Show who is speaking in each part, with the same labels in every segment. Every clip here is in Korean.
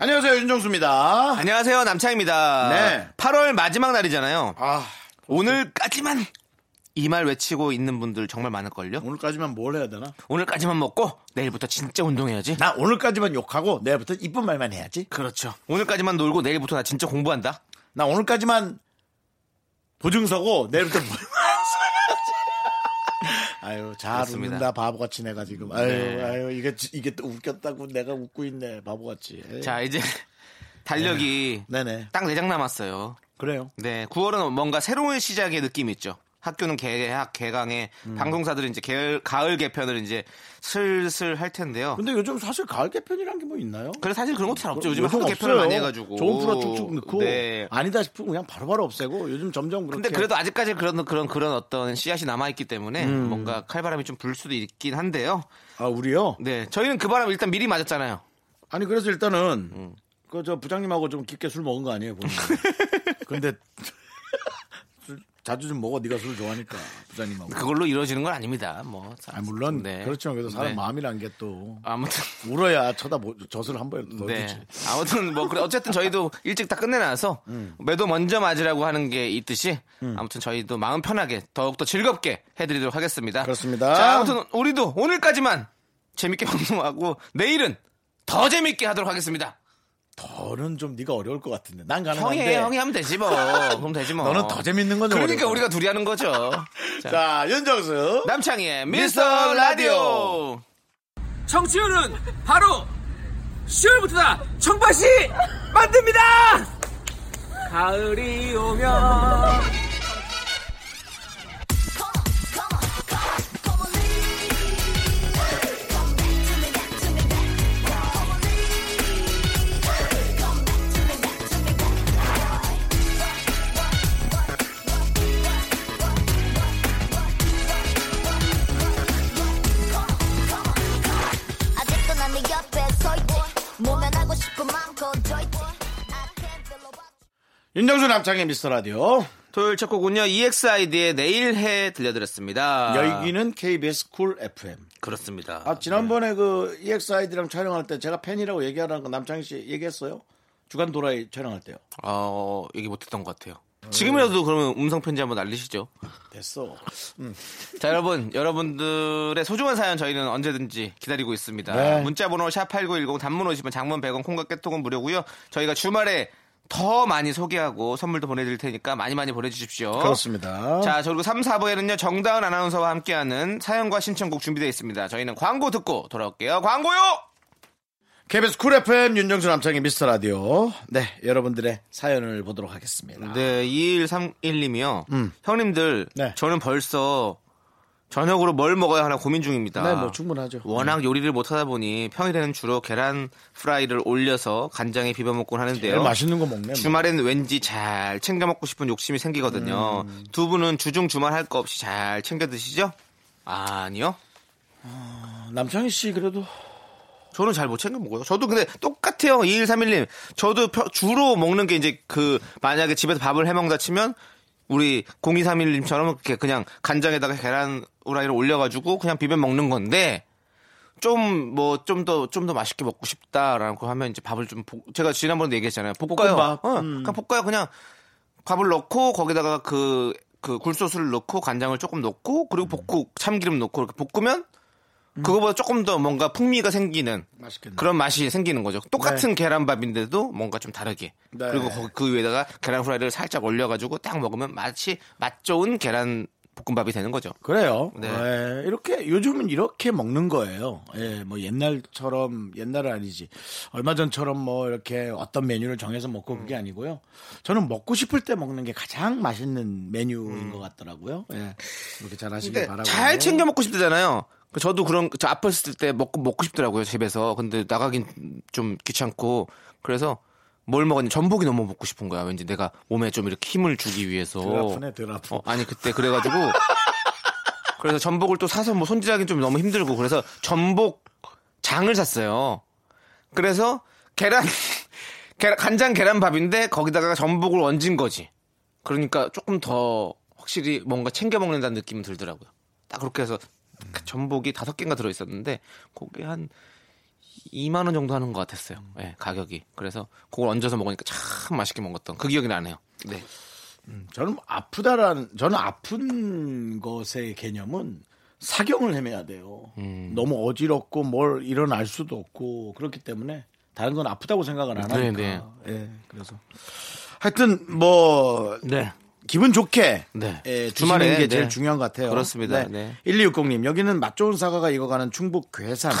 Speaker 1: 안녕하세요 윤정수입니다.
Speaker 2: 안녕하세요 남창입니다.
Speaker 1: 네.
Speaker 2: 8월 마지막 날이잖아요.
Speaker 1: 아
Speaker 2: 오늘까지만 이 말 외치고 있는 분들 정말 많을걸요.
Speaker 1: 오늘까지만 뭘 해야 되나?
Speaker 2: 오늘까지만 먹고 내일부터 진짜 운동해야지.
Speaker 1: 나 오늘까지만 욕하고 내일부터 이쁜 말만 해야지.
Speaker 2: 그렇죠. 오늘까지만 놀고 내일부터 나 진짜 공부한다.
Speaker 1: 나 오늘까지만 보증서고 내일부터 뭘 아유 잘
Speaker 2: 그렇습니다.
Speaker 1: 웃는다 바보같이 내가 지금 아유
Speaker 2: 네.
Speaker 1: 아유 이게 지- 이게 또 웃겼다고 내가 웃고 있네 바보같이 에이.
Speaker 2: 자 이제 달력이
Speaker 1: 네네
Speaker 2: 딱 4장 남았어요.
Speaker 1: 그래요
Speaker 2: 네, 9월은 뭔가 새로운 시작의 느낌이 있죠. 학교는 개학, 개강에
Speaker 1: 음.
Speaker 2: 방송사들은 이제 개, 가을 개편을 이제 슬슬 할 텐데요.
Speaker 1: 근데 요즘 사실 가을 개편이란 게 뭐 있나요
Speaker 2: 그래서 사실 그런 것도 잘 없죠. 그렇죠. 요즘에
Speaker 1: 요즘
Speaker 2: 하도 개편을
Speaker 1: 없어요.
Speaker 2: 많이 해가지고.
Speaker 1: 좋은 프로 쭉쭉 넣고
Speaker 2: 네.
Speaker 1: 아니다 싶으면 그냥 바로바로 없애고 요즘 점점 그렇게
Speaker 2: 근데 그래도 아직까지 그런 그런 그런 어떤 씨앗이 남아 있기 때문에
Speaker 1: 음.
Speaker 2: 뭔가 칼바람이 좀 불 수도 있긴 한데요.
Speaker 1: 아 우리요
Speaker 2: 네, 저희는 그 바람 일단 미리 맞았잖아요.
Speaker 1: 아니 그래서 일단은 그 저 부장님하고 좀 깊게 술 먹은 거 아니에요 본인 근데 술 자주 좀 먹어 네가 술 좋아하니까 부장님하고
Speaker 2: 그걸로 이루어지는 건 아닙니다. 뭐.
Speaker 1: 아 물론
Speaker 2: 네.
Speaker 1: 그렇지만 그래도 사람
Speaker 2: 네.
Speaker 1: 마음이란 게 또
Speaker 2: 아무튼
Speaker 1: 울어야 쳐다보 젖을 한 번에
Speaker 2: 네.
Speaker 1: 넣어주지 음.
Speaker 2: 아무튼 뭐 그래 어쨌든 저희도 일찍 다 끝내놔서 매도 먼저 맞으라고 하는 게 있듯이 아무튼 저희도 마음 편하게 더욱더 즐겁게 해드리도록 하겠습니다.
Speaker 1: 그렇습니다.
Speaker 2: 자, 아무튼 우리도 오늘까지만 재밌게 방송하고 내일은 더 재밌게 하도록 하겠습니다.
Speaker 1: 더는 좀 네가 어려울 것 같은데 난
Speaker 2: 형이
Speaker 1: 가능한데
Speaker 2: 해, 형이 하면 되지 뭐. 그럼 되지 뭐.
Speaker 1: 너는 더 재밌는 건좀
Speaker 2: 그러니까
Speaker 1: 어려울
Speaker 2: 우리가 둘이 하는 거죠. 자,
Speaker 1: 자 윤정수
Speaker 2: 남창희의
Speaker 1: 미스터
Speaker 2: 미스터 라디오.
Speaker 3: 정치율은 바로 10월부터다 청바시 만듭니다 가을이 오면
Speaker 4: 아직도 난네 옆에 서있지 몸에 나고 싶은 마음 거저있지 I can't feel a what
Speaker 1: 윤정수 남창의 미스터 라디오
Speaker 2: 토요일 첫 곡은요 E EXID의 내일 해
Speaker 1: 아.
Speaker 2: 들려드렸습니다.
Speaker 1: 여기는 KBS 쿨 FM
Speaker 2: 그렇습니다.
Speaker 1: 아 지난번에 그 EXID랑 촬영할 때 제가 팬이라고 얘기하라는 거 남창희 씨 얘기했어요? 주간 도라이 촬영할 때요.
Speaker 2: 어, 얘기 못했던 것 같아요. 지금이라도 그러면 음성 편지 한번 날리시죠.
Speaker 1: 됐어.
Speaker 2: 자 여러분 여러분들의 소중한 사연 저희는 언제든지 기다리고 있습니다.
Speaker 1: 네.
Speaker 2: 문자번호 샵8910 단문 50원 장문 100원 콩과 깨톡은 무료고요. 저희가 주말에 더 많이 소개하고 선물도 보내드릴 테니까 많이 많이 보내주십시오.
Speaker 1: 어? 그렇습니다.
Speaker 2: 자 그리고 3, 4부에는요 정다은 아나운서와 함께하는 사연과 신청곡 준비되어 있습니다. 저희는 광고 듣고 돌아올게요. 광고요.
Speaker 1: KBS 쿨 FM 윤정수 남창희 미스터 라디오. 네, 여러분들의 사연을 보도록 하겠습니다.
Speaker 2: 네, 2131님이요. 형님들,
Speaker 1: 음. 네.
Speaker 2: 저는 벌써 저녁으로 뭘 먹어야 하나 고민 중입니다.
Speaker 1: 네, 뭐 충분하죠.
Speaker 2: 워낙 요리를 못하다 보니 평일에는 주로 계란 프라이를 올려서 간장에 비벼 먹곤
Speaker 1: 제일
Speaker 2: 하는데요.
Speaker 1: 맛있는 거 먹네. 뭐.
Speaker 2: 주말엔 왠지 잘 챙겨 먹고 싶은 욕심이 생기거든요.
Speaker 1: 음.
Speaker 2: 두 분은 주중 주말 할 거 없이 잘 챙겨 드시죠? 아니요.
Speaker 1: 남창희 씨 그래도
Speaker 2: 저는 잘 못 챙겨 먹어요. 저도 근데 똑같아요. 2131님. 저도 펴- 주로 먹는 게 이제 그 만약에 집에서 밥을 해 먹다 치면 우리 0231님처럼 이렇게 그냥 간장에다가 계란 후라이를 올려가지고 그냥 비벼 먹는 건데 좀 뭐 좀 더 좀 더 맛있게 먹고 싶다라고 하면 이제 밥을 좀 볶- 제가 지난번에 얘기했잖아요. 볶아요.
Speaker 1: 볶음밥.
Speaker 2: 어, 그냥 볶아요. 그냥 밥을 넣고 거기다가 그, 그 굴소스를 넣고 간장을 조금 넣고 그리고 볶고 참기름 넣고 이렇게 볶으면 그거보다 조금 더 뭔가 풍미가 생기는
Speaker 1: 맛있겠네.
Speaker 2: 그런 맛이 생기는 거죠. 똑같은 계란밥인데도 뭔가 좀 다르게.
Speaker 1: 네.
Speaker 2: 그리고 거- 그 위에다가 계란 후라이를 살짝 올려가지고 딱 먹으면 마치 맛 좋은 계란 볶음밥이 되는 거죠.
Speaker 1: 그래요.
Speaker 2: 네.
Speaker 1: 예, 이렇게 요즘은 이렇게 먹는 거예요. 예, 뭐 옛날처럼 옛날은 아니지. 얼마 전처럼 뭐 이렇게 어떤 메뉴를 정해서 먹고 그게
Speaker 2: 음.
Speaker 1: 아니고요. 저는 먹고 싶을 때 먹는 게 가장 맛있는 메뉴인 것 같더라고요. 예, 이렇게 잘 하시길
Speaker 2: 음. 근데
Speaker 1: 바라고.
Speaker 2: 잘 챙겨 먹고 싶다잖아요. 그 저도 그런 저 아팠을 때 먹고 먹고 싶더라고요 집에서. 근데 나가긴 좀 귀찮고 그래서 뭘 먹었냐? 전복이 너무 먹고 싶은 거야. 왠지 내가 몸에 좀 이렇게 힘을 주기 위해서.
Speaker 1: 덜 아프네, 덜 아프.
Speaker 2: 어, 아니 그때 그래가지고 그래서 전복을 또 사서 뭐 손질하기 좀 너무 힘들고 그래서 전복 장을 샀어요. 그래서 계란, 계란 간장 계란밥인데 거기다가 전복을 얹은 거지. 그러니까 조금 더 확실히 뭔가 챙겨 먹는다는 느낌은 들더라고요. 딱 그렇게 해서 그 전복이 다섯 개인가 들어 있었는데 그게 한 2만 원 정도 하는 것 같았어요. 예, 가격이. 그래서 그걸 얹어서 먹으니까 참 맛있게 먹었던 그 기억이 나네요. 네.
Speaker 1: 저는 아프다란 저는 아픈 것의 개념은 사경을 헤매야 돼요.
Speaker 2: 음.
Speaker 1: 너무 어지럽고 뭘 일어날 수도 없고 그렇기 때문에 다른 건 아프다고 생각을 안
Speaker 2: 네,
Speaker 1: 하니까. 예, 그래서 하여튼 뭐
Speaker 2: 네.
Speaker 1: 기분 좋게
Speaker 2: 네.
Speaker 1: 예, 주말에
Speaker 2: 주말에,
Speaker 1: 게
Speaker 2: 네.
Speaker 1: 제일 중요한 것 같아요.
Speaker 2: 그렇습니다. 네.
Speaker 1: 1260님 여기는 맛 좋은 사과가 익어가는 충북 괴산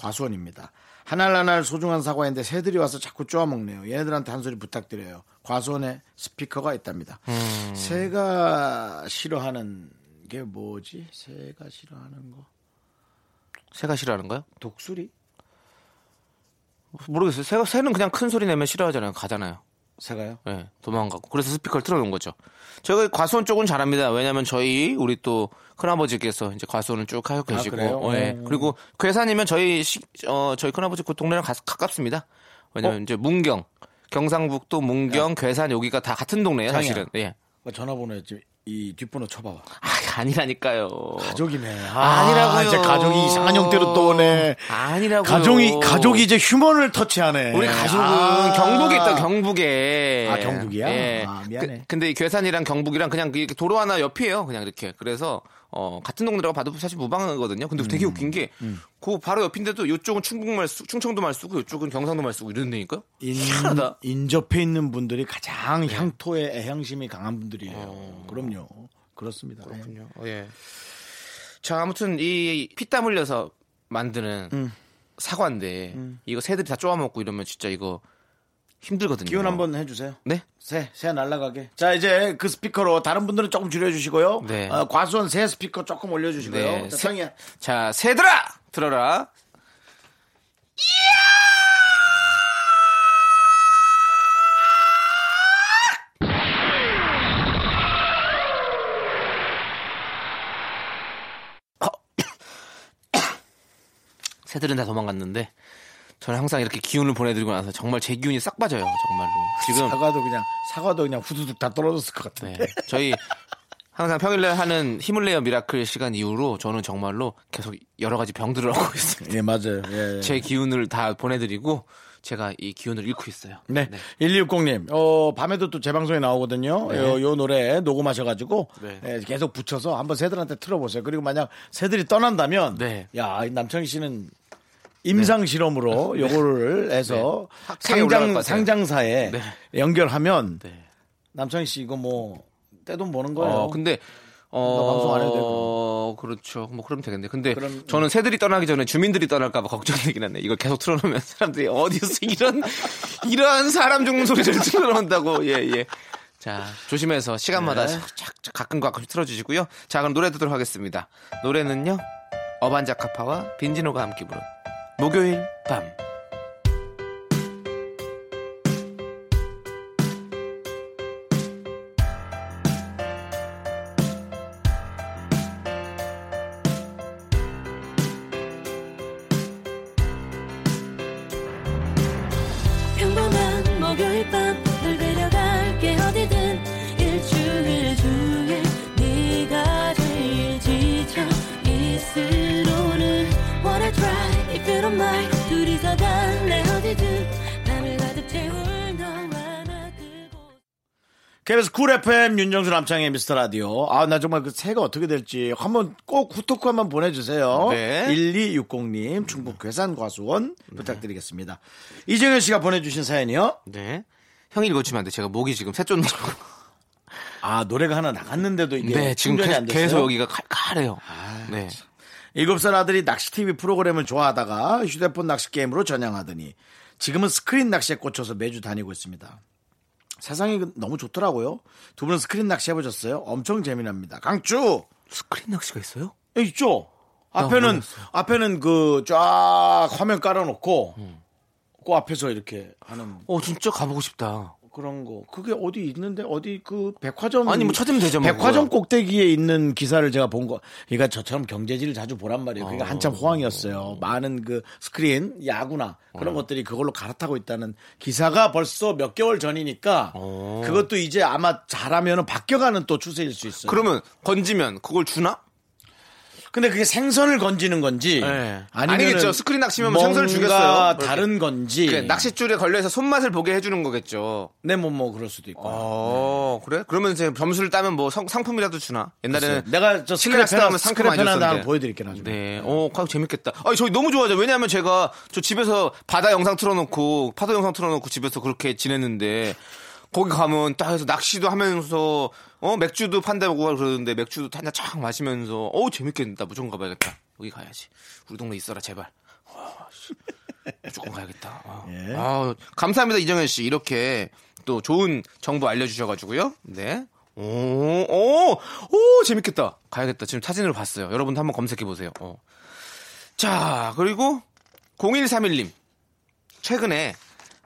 Speaker 1: 과수원입니다. 한알한알 소중한 사과인데 새들이 와서 자꾸 쪼아 먹네요. 얘네들한테 한 소리 부탁드려요. 과수원에 스피커가 있답니다. 음. 새가 싫어하는 게 뭐지? 새가 싫어하는 거
Speaker 2: 새가 싫어하는 거요?
Speaker 1: 독수리?
Speaker 2: 모르겠어요. 새, 새는 그냥 큰 소리 내면 싫어하잖아요. 가잖아요.
Speaker 1: 새가요?
Speaker 2: 예, 도망가고. 그래서 스피커를 틀어놓은 거죠. 저희 과수원 쪽은 잘합니다. 왜냐면 저희, 우리 또 큰아버지께서 이제 과수원을 쭉 하고 계시고.
Speaker 1: 그래요?
Speaker 2: 어, 예.
Speaker 1: 음.
Speaker 2: 그리고 괴산이면 저희, 시, 어, 저희 큰아버지 그 동네랑 가- 가깝습니다.
Speaker 1: 어?
Speaker 2: 왜냐면 이제 문경, 경상북도, 문경, 괴산 여기가 다 같은
Speaker 1: 네.
Speaker 2: 동네예요
Speaker 1: 장이야.
Speaker 2: 사실은. 예.
Speaker 1: 어, 전화번호에 지금 이 뒷번호 쳐봐봐.
Speaker 2: 아, 아니라니까요.
Speaker 1: 가족이네.
Speaker 2: 아니라고요.
Speaker 1: 이제 가족이 이상한 형태로 또 오네.
Speaker 2: 아니라고요.
Speaker 1: 가족이 가족이 이제 휴먼을 터치하네.
Speaker 2: 우리 가족은
Speaker 1: 아.
Speaker 2: 경북에 있다 경북에
Speaker 1: 아, 경북이야?
Speaker 2: 예.
Speaker 1: 아, 미안해.
Speaker 2: 그- 근데 이 괴산이랑 경북이랑 그냥 그 이렇게 도로 하나 옆이에요 그냥 이렇게 그래서 어 같은 동네라고 봐도 사실 무방하거든요 근데
Speaker 1: 음,
Speaker 2: 되게 웃긴 게 그 바로 옆인데도 이쪽은 충북말 쓰, 충청도 말 쓰고 이쪽은 경상도 말 쓰고 이런 데니까요
Speaker 1: 인,
Speaker 2: 희한하다 네.
Speaker 1: 인접해 있는 분들이 가장 향토에 애향심이 강한 분들이에요. 그럼요. 그렇습니다. 예.
Speaker 2: 어, 예. 자 아무튼 이 피땀 흘려서 만드는
Speaker 1: 음.
Speaker 2: 사과인데 이거 새들이 다 쪼아먹고 이러면 진짜 이거 힘들거든요
Speaker 1: 기운 한번 해주세요.
Speaker 2: 네
Speaker 1: 새, 새 날라가게. 자, 이제 그 스피커로 다른 분들은 조금 줄여주시고요.
Speaker 2: 네.
Speaker 1: 어, 과수원 새 스피커 조금 올려주시고요.
Speaker 2: 네.
Speaker 1: 자, 상이야.
Speaker 2: 자, 새들아! 들어라. 이야! 어, 새들은 다 도망갔는데 저는 항상 이렇게 기운을 보내드리고 나서 정말 제 기운이 싹 빠져요 정말로 지금
Speaker 1: 사과도 그냥, 사과도 그냥 후두둑 다 떨어졌을 것
Speaker 2: 네.
Speaker 1: 같은데.
Speaker 2: 저희 항상 평일날 하는 힘을 내요 미라클 시간 이후로 저는 정말로 계속 여러 가지 병들을 얻고 있습니다.
Speaker 1: 예, 맞아요. 예, 예.
Speaker 2: 네. 제 기운을 다 보내드리고 제가 이 기운을 잃고 있어요.
Speaker 1: 네. 1260님, 어, 밤에도 또 재방송에 나오거든요. 요, 요 노래 녹음하셔가지고
Speaker 2: 네.
Speaker 1: 예, 계속 붙여서 한번 새들한테 틀어보세요. 그리고 만약 새들이 떠난다면,
Speaker 2: 네.
Speaker 1: 야, 이 남창희 씨는 임상 실험으로 요거를 해서
Speaker 2: 네. 학회에 올라갈
Speaker 1: 상장,
Speaker 2: 것 같아요.
Speaker 1: 상장사에
Speaker 2: 네.
Speaker 1: 연결하면
Speaker 2: 네.
Speaker 1: 남창희 씨 이거 뭐 떼돈 버는 거예요.
Speaker 2: 어, 근데 어,
Speaker 1: 나 방송 안 해도
Speaker 2: 되고. 그렇죠. 뭐 그럼 되겠네. 근데
Speaker 1: 그럼-
Speaker 2: 저는 새들이 떠나기 전에 주민들이 떠날까봐 걱정되긴 하네. 이걸 계속 틀어놓으면 사람들이 어디서 이런 이런 사람 죽는 소리를 틀어놓는다고. 예 예. 자 조심해서 시간마다
Speaker 1: 네.
Speaker 2: 착착 가끔 가끔 틀어주시고요. 자 그럼 노래 듣도록 하겠습니다. 노래는요 어반자카파와 빈지노가 함께 부른 목요일 밤.
Speaker 5: 평범한 목요일 밤 널 데려갈게 어디든 일주일 중에 네가 제일 지쳐 있을 오늘 Wanna try if you don't mind 둘이서 갈래 어디든 밤을 가득 채울 너와 나 그곳
Speaker 1: KBS 쿨 FM 윤정수 남창의 미스터 라디오. 아, 나 정말 그 새가 어떻게 될지 한번 꼭 후토크 한번 보내주세요.
Speaker 2: 네.
Speaker 1: 1260님, 충북 괴산 과수원 부탁드리겠습니다. 이정현 씨가 보내주신 사연이요.
Speaker 2: 네. 형이 읽어주면 안 돼. 제가 목이 지금 새쫓느라고.
Speaker 1: 아, 노래가 하나 나갔는데도 이게.
Speaker 2: 네, 지금
Speaker 1: 충전이
Speaker 2: 계속,
Speaker 1: 안 됐어요?
Speaker 2: 계속 여기가 칼칼해요. 네.
Speaker 1: 일곱 살 아들이 낚시 TV 프로그램을 좋아하다가 휴대폰 낚시 게임으로 전향하더니 지금은 스크린 낚시에 꽂혀서 매주 다니고 있습니다. 세상이 너무 좋더라고요. 두 분은 스크린 낚시 해보셨어요? 엄청 재미납니다. 강추!
Speaker 2: 스크린 낚시가 있어요?
Speaker 1: 예, 있죠. 앞에는 앞에는 그 쫙 화면 깔아놓고 그 앞에서 이렇게 하는
Speaker 2: 어 진짜 가보고 싶다.
Speaker 1: 그런 거 그게 어디 있는데 어디 그 백화점
Speaker 2: 아니 뭐 찾으면 되죠. 뭐
Speaker 1: 백화점
Speaker 2: 그거야.
Speaker 1: 꼭대기에 있는 기사를 제가 본 거. 그러니까 저처럼 경제지를 자주 보란 말이에요.
Speaker 2: 아.
Speaker 1: 그게 한참 호황이었어요. 많은 그 스크린, 야구나
Speaker 2: 어.
Speaker 1: 그런 것들이 그걸로 갈아타고 있다는 기사가 벌써 몇 개월 전이니까
Speaker 2: 어.
Speaker 1: 그것도 이제 아마 잘하면 바뀌어가는 또 추세일 수 있어요.
Speaker 2: 그러면 건지면 그걸 주나?
Speaker 1: 근데 그게 생선을 건지는 건지
Speaker 2: 네.
Speaker 1: 아니면
Speaker 2: 아니겠죠. 스크린 낚시면 뭐 생선을 주겠어요.
Speaker 1: 다른 건지
Speaker 2: 그 낚싯줄에 걸려서 손맛을 보게 해주는 거겠죠.
Speaker 1: 네뭐뭐 그럴 수도 있고.
Speaker 2: 어 그래? 그러면 이제 점수를 따면 뭐 성- 상품이라도 주나? 옛날에는
Speaker 1: 내가 저
Speaker 2: 실내 낚시
Speaker 1: 스크랩 하나
Speaker 2: 하면 상큼
Speaker 1: 스크랩
Speaker 2: 많이
Speaker 1: 하나
Speaker 2: 줬었는데.
Speaker 1: 보여드릴게 나중에.
Speaker 2: 네, 어, 가 재밌겠다. 아, 저희 너무 좋아하죠. 왜냐하면 제가 저 집에서 바다 영상 틀어놓고 파도 영상 틀어놓고 집에서 그렇게 지냈는데 거기 가면 딱 해서 낚시도 하면서 어 맥주도 판다고 그러는데 맥주도 한잔 쫙 마시면서 어 재밌겠다. 무조건 가봐야겠다. 여기 가야지. 우리 동네 있어라 제발. 와, 씨. 무조건 가야겠다. 아, 아우, 감사합니다 이정현 씨 이렇게 또 좋은 정보 알려주셔가지고요. 네. 오, 오, 오, 재밌겠다. 가야겠다. 지금 사진으로 봤어요. 여러분도 한번 검색해 보세요. 어. 자, 그리고 0131님. 최근에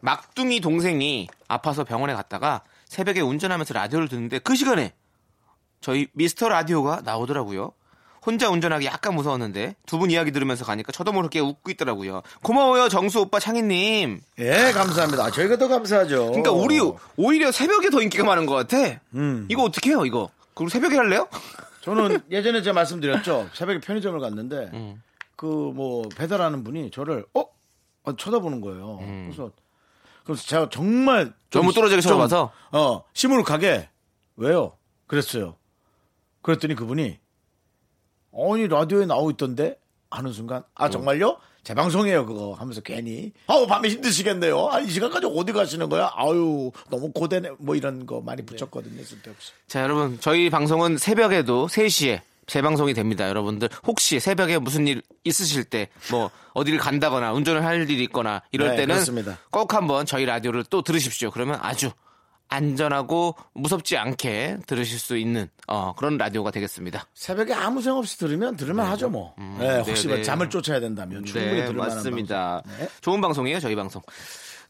Speaker 2: 막둥이 동생이 아파서 병원에 갔다가 새벽에 운전하면서 라디오를 듣는데 그 시간에 저희 미스터 라디오가 나오더라고요. 혼자 운전하기 약간 무서웠는데 두 분 이야기 들으면서 가니까 저도 모르게 웃고 있더라고요. 고마워요, 정수 오빠 창희님.
Speaker 1: 예, 감사합니다. 아, 저희가 더 감사하죠.
Speaker 2: 그러니까 우리 오히려 새벽에 더 인기가 많은 것 같아. 이거 어떻게 해요, 이거? 그럼 새벽에 할래요?
Speaker 1: 저는 예전에 제가 말씀드렸죠. 새벽에 편의점을 갔는데
Speaker 2: 음.
Speaker 1: 그 뭐 배달하는 분이 저를 어? 어, 쳐다보는 거예요. 그래서 그래서 제가 정말 좀
Speaker 2: 음. 너무 떨어지게
Speaker 1: 좀,
Speaker 2: 쳐다봐서?
Speaker 1: 어 시무룩하게 왜요? 그랬어요. 그랬더니 그분이 아니 라디오에 나오고 있던데 하는 순간
Speaker 2: 음.
Speaker 1: 아 정말요? 재방송이에요 그거 하면서 괜히 아우 밤에 힘드시겠네요. 아이 시간까지 어디 가시는 거야? 아유 너무 고대네 뭐 이런 거 많이 붙였거든요 쓸데없이.
Speaker 2: 자, 여러분, 저희 방송은 새벽에도 3시에 재방송이 됩니다. 여러분들 혹시 새벽에 무슨 일 있으실 때 뭐 어디를 간다거나 운전을 할 일이 있거나 이럴
Speaker 1: 네,
Speaker 2: 때는
Speaker 1: 그렇습니다.
Speaker 2: 꼭 한번 저희 라디오를 또 들으십시오. 그러면 아주 안전하고 무섭지 않게 들으실 수 있는 어, 그런 라디오가 되겠습니다.
Speaker 1: 새벽에 아무 생각 없이 들으면 들을만 하죠 뭐. 네, 혹시
Speaker 2: 네, 네.
Speaker 1: 잠을 쫓아야 된다면 충분히
Speaker 2: 네,
Speaker 1: 들을만
Speaker 2: 맞습니다.
Speaker 1: 방송. 네.
Speaker 2: 좋은 방송이에요, 저희 방송.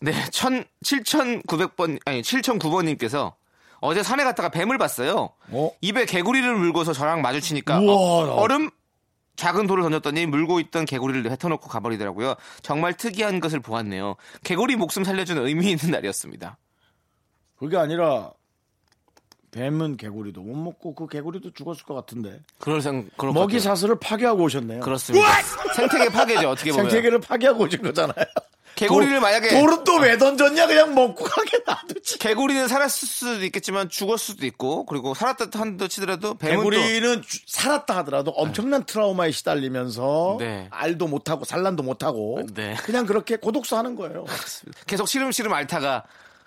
Speaker 2: 네, 1 7,900번, 아니, 7,009번님께서 어제 산에 갔다가 뱀을 봤어요.
Speaker 1: 어?
Speaker 2: 입에 개구리를 물고서 저랑 마주치니까
Speaker 1: 우와, 나-
Speaker 2: 어, 얼음 작은 돌을 던졌더니 물고 있던 개구리를 뱉어놓고 가버리더라고요. 정말 특이한 것을 보았네요. 개구리 목숨 살려주는 의미 있는 날이었습니다.
Speaker 1: 그게 아니라 뱀은 개구리도 못 먹고 그 개구리도 죽었을 것 같은데
Speaker 2: 그럴 생, 그럴 것
Speaker 1: 먹이
Speaker 2: 같아요.
Speaker 1: 사슬을 파괴하고 오셨네요.
Speaker 2: 그렇죠. 그렇습니다. 생태계 파괴죠, 어떻게 보면.
Speaker 1: 생태계를 파괴하고 오신 거잖아요.
Speaker 2: 개구리를
Speaker 1: 돌-
Speaker 2: 만약에-
Speaker 1: 돌은 또 왜 던졌냐 그냥 먹고 가게 놔두지.
Speaker 2: 개구리는 살았을 수도 있겠지만 죽었을 수도 있고, 그리고 살았다 한다 치더라도 뱀은 또
Speaker 1: 개구리는 주- 살았다 하더라도 엄청난 트라우마에 시달리면서
Speaker 2: 네.
Speaker 1: 알도 못하고 산란도 못하고
Speaker 2: 네.
Speaker 1: 그냥 그렇게 고독사 하는 거예요.
Speaker 2: 계속 시름시름 앓다가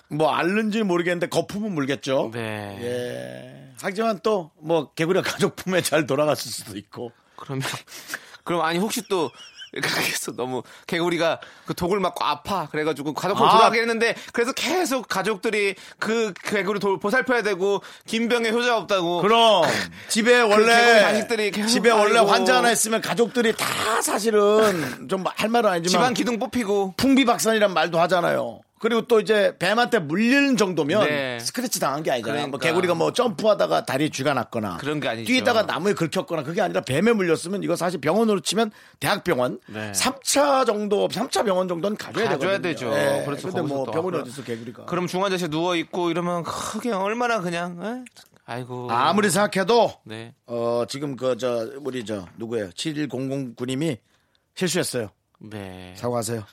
Speaker 1: 뭐 알는지 모르겠는데 거품은 물겠죠.
Speaker 2: 네.
Speaker 1: 예. 하지만 또 뭐 개구리가 가족 품에 잘 돌아갔을 수도 있고.
Speaker 2: 그러면 그럼 아니 혹시 또 그래서 너무 개구리가 그 독을 맞고 아파 그래가지고 가족을
Speaker 1: 아.
Speaker 2: 돌아가게 했는데 그래서 계속 가족들이 그 개구리 돌 보살펴야 되고 긴 병에 효자 없다고
Speaker 1: 그럼 집에 원래
Speaker 2: 개구리 자식들이 계속
Speaker 1: 집에 원래
Speaker 2: 아이고.
Speaker 1: 환자 하나 있으면 가족들이 다 사실은 좀 할 말은 아니지만
Speaker 2: 집안 기둥 뽑히고
Speaker 1: 풍비박산이란 말도 하잖아요. 그리고 또 이제 뱀한테 물리는 정도면
Speaker 2: 네.
Speaker 1: 스크래치 당한 게 아니잖아요. 뭐
Speaker 2: 그러니까.
Speaker 1: 개구리가 뭐 점프하다가 다리에 쥐가 났거나
Speaker 2: 그런 게 아니죠.
Speaker 1: 뛰다가 나무에 긁혔거나 그게 아니라 뱀에 물렸으면 이거 사실 병원으로 치면 대학병원
Speaker 2: 네.
Speaker 1: 삼 3차 정도 3차 병원 정도는 가줘야,
Speaker 2: 가줘야
Speaker 1: 되거든요.
Speaker 2: 되죠.
Speaker 1: 예.
Speaker 2: 그래서
Speaker 1: 근데 뭐
Speaker 2: 거기서 또
Speaker 1: 병원이
Speaker 2: 아무나-
Speaker 1: 어디서 개구리가
Speaker 2: 그럼 중환자실에 누워 있고 이러면 크게 얼마나 그냥 에? 아이고
Speaker 1: 아무리 생각해도
Speaker 2: 네
Speaker 1: 어 지금 그 저 우리 저 누구예요? 7100군님이 실수했어요.
Speaker 2: 네.
Speaker 1: 사과하세요.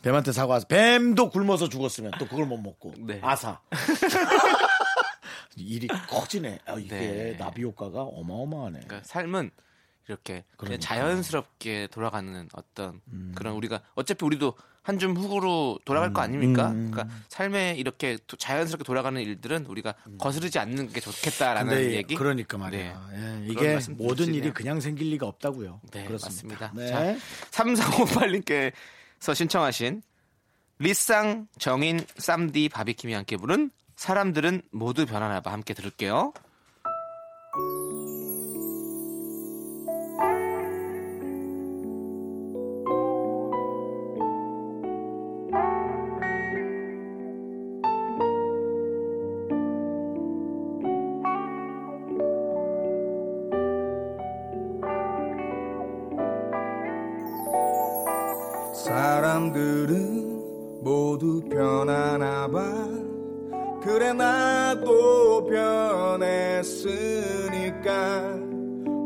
Speaker 1: 뱀한테 사과하세요. 뱀도 굶어서 죽었으면 또 그걸 못 먹고
Speaker 2: 네.
Speaker 1: 아사. 일이 커지네. 아, 이게
Speaker 2: 네.
Speaker 1: 나비 효과가 어마어마하네.
Speaker 2: 그러니까 삶은 이렇게 그냥
Speaker 1: 그러니까.
Speaker 2: 자연스럽게 돌아가는 어떤
Speaker 1: 음.
Speaker 2: 그런 우리가 어차피 우리도 한 줌 후으로 돌아갈 거 아닙니까?
Speaker 1: 음.
Speaker 2: 그러니까 삶에 이렇게 도- 자연스럽게 돌아가는 일들은 우리가 거스르지 않는 게 좋겠다라는
Speaker 1: 음. 근데
Speaker 2: 얘기.
Speaker 1: 그러니까 말이야.
Speaker 2: 네.
Speaker 1: 예,
Speaker 2: 그런
Speaker 1: 이게
Speaker 2: 말씀
Speaker 1: 모든
Speaker 2: 드리시네요.
Speaker 1: 일이 그냥 생길 리가 없다고요.
Speaker 2: 네,
Speaker 1: 그렇습니다.
Speaker 2: 맞습니다.
Speaker 1: 네.
Speaker 2: 자, 3458님께서 신청하신 리쌍 정인 쌈디 바비킴이 함께 부른 사람들은 모두 변하나 봐 함께 들을게요.
Speaker 6: 사람들은 모두 변하나 봐 그래 나도 변했으니까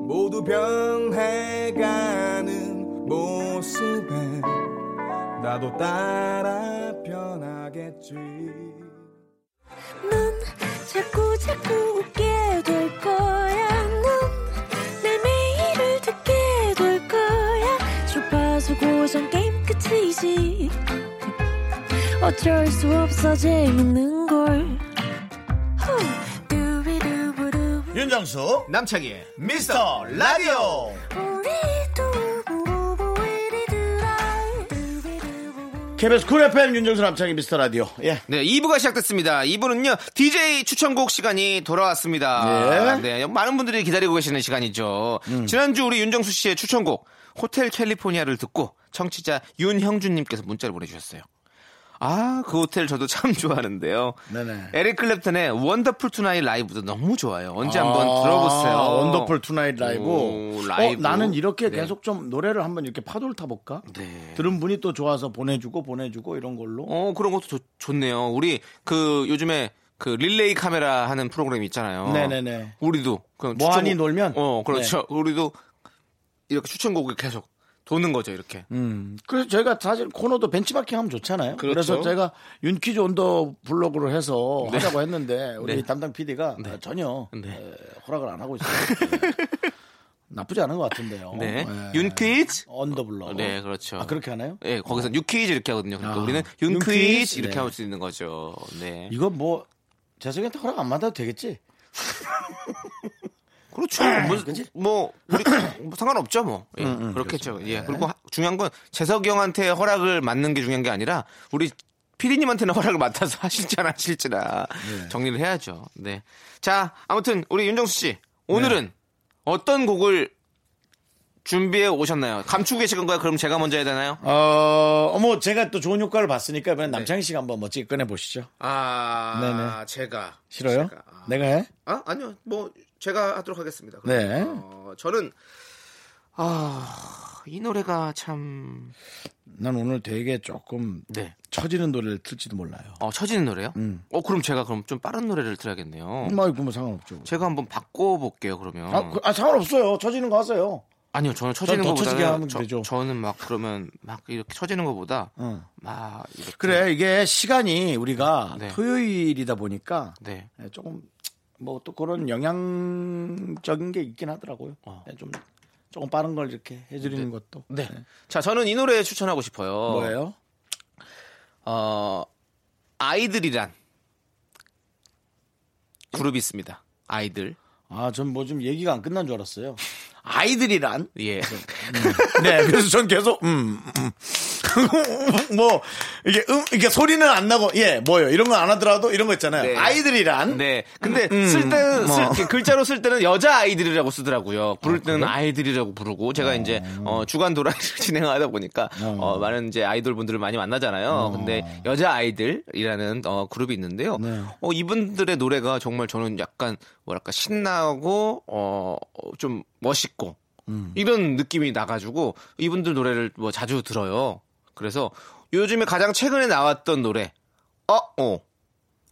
Speaker 6: 모두 변해가는 모습에 나도 따라 변하겠지
Speaker 5: 넌 자꾸 자꾸 웃게 될 거야. 넌내 매일을 듣게 될 거야. 주파수 고정 게임 끝이지. 어쩔 수 없어 재밌는 걸. 후. 두비두부두.
Speaker 1: 윤정수
Speaker 2: 남창희의 미스터 라디오
Speaker 5: 우리 두부부부 우리들아. 두비두부부.
Speaker 1: KBS 쿨 FM 윤정수 남창희 미스터 라디오 예
Speaker 2: 네, 2부가 시작됐습니다. 2부는요, DJ 추천곡 시간이 돌아왔습니다.
Speaker 1: 예. 음.
Speaker 2: 네, 많은 분들이 기다리고 계시는 시간이죠. 지난주 우리 윤정수 씨의 추천곡, 호텔 캘리포니아를 듣고 청취자 윤형준님께서 문자를 보내주셨어요. 아, 그 호텔 저도 참 좋아하는데요.
Speaker 1: 네네.
Speaker 2: 에릭 클랩턴의 원더풀 투나잇 라이브도 너무 좋아요. 언제 한번
Speaker 1: 아,
Speaker 2: 들어보세요.
Speaker 1: 원더풀 투나잇 라이브.
Speaker 2: 오, 라이브.
Speaker 1: 어, 나는 이렇게
Speaker 2: 네.
Speaker 1: 계속 좀 노래를 한번 이렇게 파도를 타볼까?
Speaker 2: 네.
Speaker 1: 들은 분이 또 좋아서 보내주고 보내주고 이런 걸로.
Speaker 2: 어, 그런 것도 좋, 좋네요. 우리 그 요즘에 그 릴레이 카메라 하는 프로그램 있잖아요.
Speaker 1: 네네네.
Speaker 2: 우리도 그냥
Speaker 1: 뭐 하니
Speaker 2: 추천곡-
Speaker 1: 놀면? 네.
Speaker 2: 어, 그렇죠. 우리도 이렇게 추천곡을 계속 도는 거죠, 이렇게.
Speaker 1: 음. 그래서 저희가 사실 코너도 벤치마킹 하면 좋잖아요. 그
Speaker 2: 그렇죠.
Speaker 1: 래서 제가 윤퀴즈 온더 블로그로 해서
Speaker 2: 네.
Speaker 1: 하자고 했는데 우리
Speaker 2: 네.
Speaker 1: 담당 PD가
Speaker 2: 네.
Speaker 1: 전혀
Speaker 2: 네.
Speaker 1: 에, 허락을 안 하고 있어요. 예. 나쁘지 않은 것 같은데요.
Speaker 2: 네.
Speaker 1: 예.
Speaker 2: 윤퀴즈?
Speaker 1: 언더 블로그.
Speaker 2: 네, 그렇죠.
Speaker 1: 아, 그렇게 하나요?
Speaker 2: 예, 거기서 뉴퀴즈 이렇게 하거든요. 그러니까
Speaker 1: 아,
Speaker 2: 우리는
Speaker 1: 윤퀴즈?
Speaker 2: 윤퀴즈 이렇게
Speaker 1: 네.
Speaker 2: 할 수 있는 거죠. 네.
Speaker 1: 이거 뭐 재석이한테 허락 안 받아도 되겠지?
Speaker 2: 그렇죠. 뭐, 뭐, 우리 뭐 상관없죠, 뭐. 예, 그렇겠죠. 예. 그리고 하- 중요한 건 재석이 형한테 허락을 맞는 게 중요한 게 아니라 우리 피디님한테는 허락을 맡아서 하실지 안 하실지라 정리를 해야죠. 네. 자, 아무튼 우리 윤정수 씨 오늘은 어떤 곡을 준비해 오셨나요? 감추고 계실 건가요? 그럼 제가 먼저 해야 되나요?
Speaker 1: 어, 어머, 제가 또 좋은 효과를 봤으니까
Speaker 2: 네.
Speaker 1: 이번엔 남창희 씨가 한번 멋지게 꺼내보시죠.
Speaker 2: 아,
Speaker 1: 네네.
Speaker 2: 제가
Speaker 1: 싫어요? 내가 해?
Speaker 2: 아, 아니요. 뭐 제가 하도록 하겠습니다.
Speaker 1: 네.
Speaker 2: 어, 저는 아, 이 노래가 참
Speaker 1: 난 오늘 되게 조금
Speaker 2: 네.
Speaker 1: 처지는 노래를 틀지도 몰라요.
Speaker 2: 어, 처지는 노래요?
Speaker 1: 음.
Speaker 2: 어, 그럼 제가 그럼 좀 빠른 노래를 들어야겠네요.
Speaker 1: 뭐, 이거 뭐 상관없죠.
Speaker 2: 제가 한번 바꿔 볼게요, 그러면.
Speaker 1: 아, 그- 아, 상관없어요. 처지는 거 하세요.
Speaker 2: 아니요, 저는 처지는
Speaker 1: 더 처지게
Speaker 2: 거보다
Speaker 1: 하면 되죠.
Speaker 2: 저는 막 그러면 막 이렇게 처지는 거보다
Speaker 1: 응.
Speaker 2: 막 이렇게
Speaker 1: 그래, 이게 시간이 우리가
Speaker 2: 네.
Speaker 1: 토요일이다 보니까
Speaker 2: 네.
Speaker 1: 예, 조금 뭐 또 그런 영향적인 게 있긴 하더라고요.
Speaker 2: 어.
Speaker 1: 예, 좀 조금 빠른 걸 이렇게 해드리는 것도.
Speaker 2: 네. 자, 저는 이 노래 추천하고 싶어요.
Speaker 1: 뭐예요?
Speaker 2: 어, 아이들이란 그룹이 있습니다. 아이들.
Speaker 1: 아, 전 뭐 좀 얘기가 안 끝난 줄 알았어요. 아이들이란?
Speaker 2: 예.
Speaker 1: 네, 그래서 전 계속 음, 음. 뭐 이게 음 이게 소리는 안 나고 예 뭐요 이런 거 안 하더라도 이런 거 있잖아요.
Speaker 2: 네.
Speaker 1: 아이들이란
Speaker 2: 네. 근데 쓸 때는 쓸-
Speaker 1: 뭐.
Speaker 2: 이렇게 글자로 쓸 때는 여자 아이들이라고 쓰더라고요. 부를 때는 아이들이라고 부르고 제가 이제 어, 주간 도라이를 진행하다 보니까 어, 많은 이제 아이돌 분들을 많이 만나잖아요.
Speaker 1: 어.
Speaker 2: 근데 여자 아이들이라는 어, 그룹이 있는데요.
Speaker 1: 네.
Speaker 2: 어, 이분들의 노래가 정말 저는 약간 뭐랄까 신나고 어, 어, 좀 멋있고
Speaker 1: 음.
Speaker 2: 이런 느낌이 나가지고 이분들 노래를 뭐 자주 들어요. 그래서 요즘에 가장 최근에 나왔던 노래 어어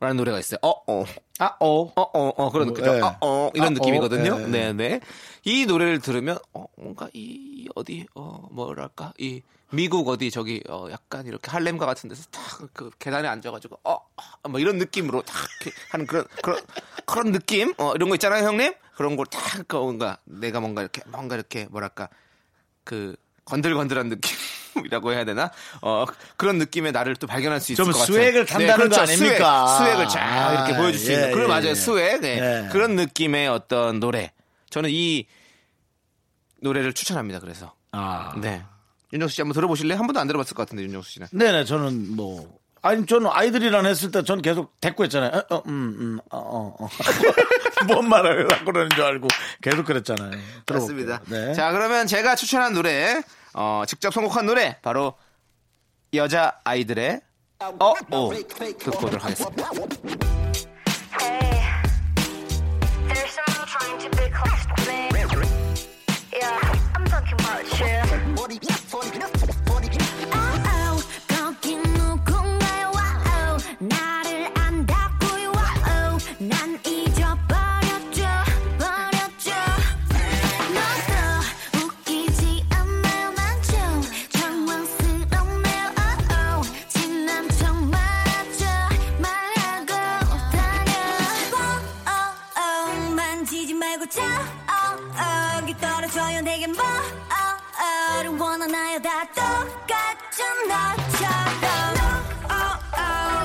Speaker 2: 라는 노래가 있어요. 어어
Speaker 1: 아어
Speaker 2: 어, 어, 어, 그런 느낌.
Speaker 1: 예.
Speaker 2: 어, 어, 이런
Speaker 1: 아,
Speaker 2: 느낌이거든요.
Speaker 1: 어, 예.
Speaker 2: 네, 네. 이 노래를 들으면, 어, 뭔가 이, 어디, 어, 뭐랄까, 이, 미국 어디, 저기, 어, 약간 이렇게 할렘가 같은 데서 탁, 그 계단에 앉아가지고, 어, 어, 뭐 이런 느낌으로 탁 이렇게 하는 그런, 그런, 그런 느낌? 어, 이런 거 있잖아요, 형님? 그런 걸 탁 뭔가, 내가 뭔가 이렇게, 뭔가 이렇게, 뭐랄까, 그, 건들건들한 느낌이라고 해야 되나? 어, 그런 느낌의 나를 또 발견할 수 있을
Speaker 1: 좀
Speaker 2: 것 같아요. 네, 그렇죠.
Speaker 1: 스웩을 탄다는 거
Speaker 2: 스웩.
Speaker 1: 아닙니까?
Speaker 2: 스웩을 쫙 이렇게
Speaker 1: 아,
Speaker 2: 보여줄 수 있는.
Speaker 1: 예,
Speaker 2: 그걸
Speaker 1: 예,
Speaker 2: 맞아요.
Speaker 1: 예.
Speaker 2: 스웩. 네.
Speaker 1: 네.
Speaker 2: 그런 느낌의 어떤 노래. 저는 이 노래를 추천합니다. 그래서.
Speaker 1: 아
Speaker 2: 네. 윤정수 씨 한번 들어보실래요? 한 번도 안 들어봤을 것 같은데, 윤정수 씨는.
Speaker 1: 네네 저는 뭐 아니 저는 아이들이란 했을 때 전 계속 대꾸 했잖아요. 어, 음, 어음음어어뭔 말을 하고 그러는 줄 알고 계속 그랬잖아요. 들어볼게요.
Speaker 2: 맞습니다.
Speaker 1: 네.
Speaker 2: 자, 그러면 제가 추천한 노래, 어, 직접 선곡한 노래, 바로 여자 아이들의 어, 어, 듣고 오도록 하겠습니다.
Speaker 4: There's someone trying to be close to me. Yeah, I'm talking about you.
Speaker 5: 말해줘요 내게 뭐를 원하나요 다 똑같은 나처럼 oh,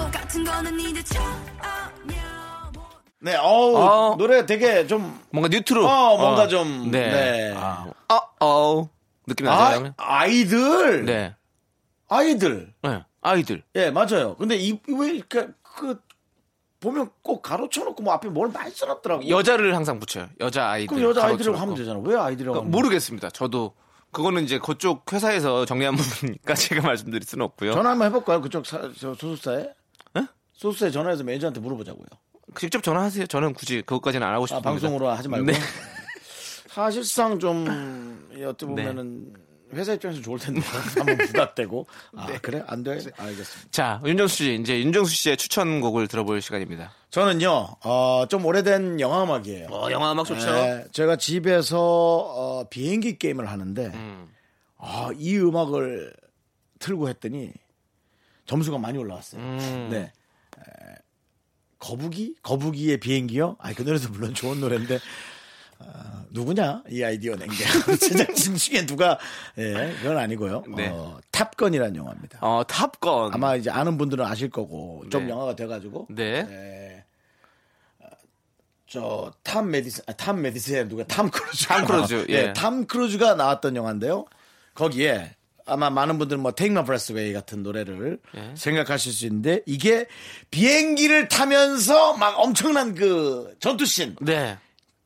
Speaker 5: oh, 같은 거는 이제
Speaker 4: Oh,
Speaker 5: 처음이야
Speaker 4: 뭐.
Speaker 1: 네, 어우,
Speaker 2: 어.
Speaker 1: 노래 되게 좀,
Speaker 2: 뭔가 뉴트로.
Speaker 1: 어, 뭔가 좀,
Speaker 2: 네.
Speaker 1: 네.
Speaker 2: 아, 어, 어. 느낌 나잖아요.
Speaker 1: 아, 아이들?
Speaker 2: 네.
Speaker 1: 아이들.
Speaker 2: 네. 아이들.
Speaker 1: 예, 맞아요. 근데 이, 왜 이렇게, 그, 보면 꼭 가로쳐놓고 뭐 앞에 뭘 많이 써놨더라고.
Speaker 2: 여자를 항상 붙여요. 여자 아이들.
Speaker 1: 그럼 여자 아이들이라고
Speaker 2: 가로치고.
Speaker 1: 하면 되잖아. 왜 아이들이라고?
Speaker 2: 그러니까
Speaker 1: 하면
Speaker 2: 모르겠습니다. 저도. 그거는 이제 그쪽 회사에서 정리한 부분이니까 제가 말씀드릴 수는 없고요.
Speaker 1: 전화 한번 해볼까요? 그쪽 사- 저 소속사에?
Speaker 2: 네?
Speaker 1: 소속사에 전화해서 매니저한테 물어보자고요.
Speaker 2: 직접 전화하세요. 저는 굳이 그것까지는 안 하고
Speaker 1: 아,
Speaker 2: 싶습니다.
Speaker 1: 방송으로 하지 말고.
Speaker 2: 네.
Speaker 1: 사실상 좀, 어떻게 보면은, 회사 입장에서 좋을 텐데. 한번 부담되고. 아, 그래? 안 돼? 알겠습니다.
Speaker 2: 자, 윤정수 씨, 이제 윤정수 씨의 추천곡을 들어볼 시간입니다.
Speaker 1: 저는요, 어, 좀 오래된 어, 영화 음악이에요.
Speaker 2: 영화 음악
Speaker 1: 네, 제가 집에서 어, 비행기 게임을 하는데
Speaker 2: 음.
Speaker 1: 아, 이 음악을 틀고 했더니 점수가 많이 올라왔어요.
Speaker 2: 음.
Speaker 1: 네. 에, 거북이? 거북이의 비행기요? 아, 그 노래도 물론 좋은 노래인데 아, 누구냐? 이 아이디어 낸 게. 제작진 중에 누가 예, 그건 아니고요.
Speaker 2: 네.
Speaker 1: 어, 탑건이라는 영화입니다.
Speaker 2: 어, 탑건.
Speaker 1: 아마 이제 아는 분들은 아실 거고 좀
Speaker 2: 네.
Speaker 1: 영화가 돼 가지고
Speaker 2: 네.
Speaker 1: 저탐 메디슨 아, 탐 메디슨 누가 탐 크루즈 네,
Speaker 2: 탐 크루즈, 예.
Speaker 1: 탐 크루즈가 나왔던 영화인데요 거기에 아마 많은 분들은 뭐 Take My Breath Away 같은 노래를
Speaker 2: 예.
Speaker 1: 생각하실 수 있는데 이게 비행기를 타면서 막 엄청난 그 전투
Speaker 2: 네.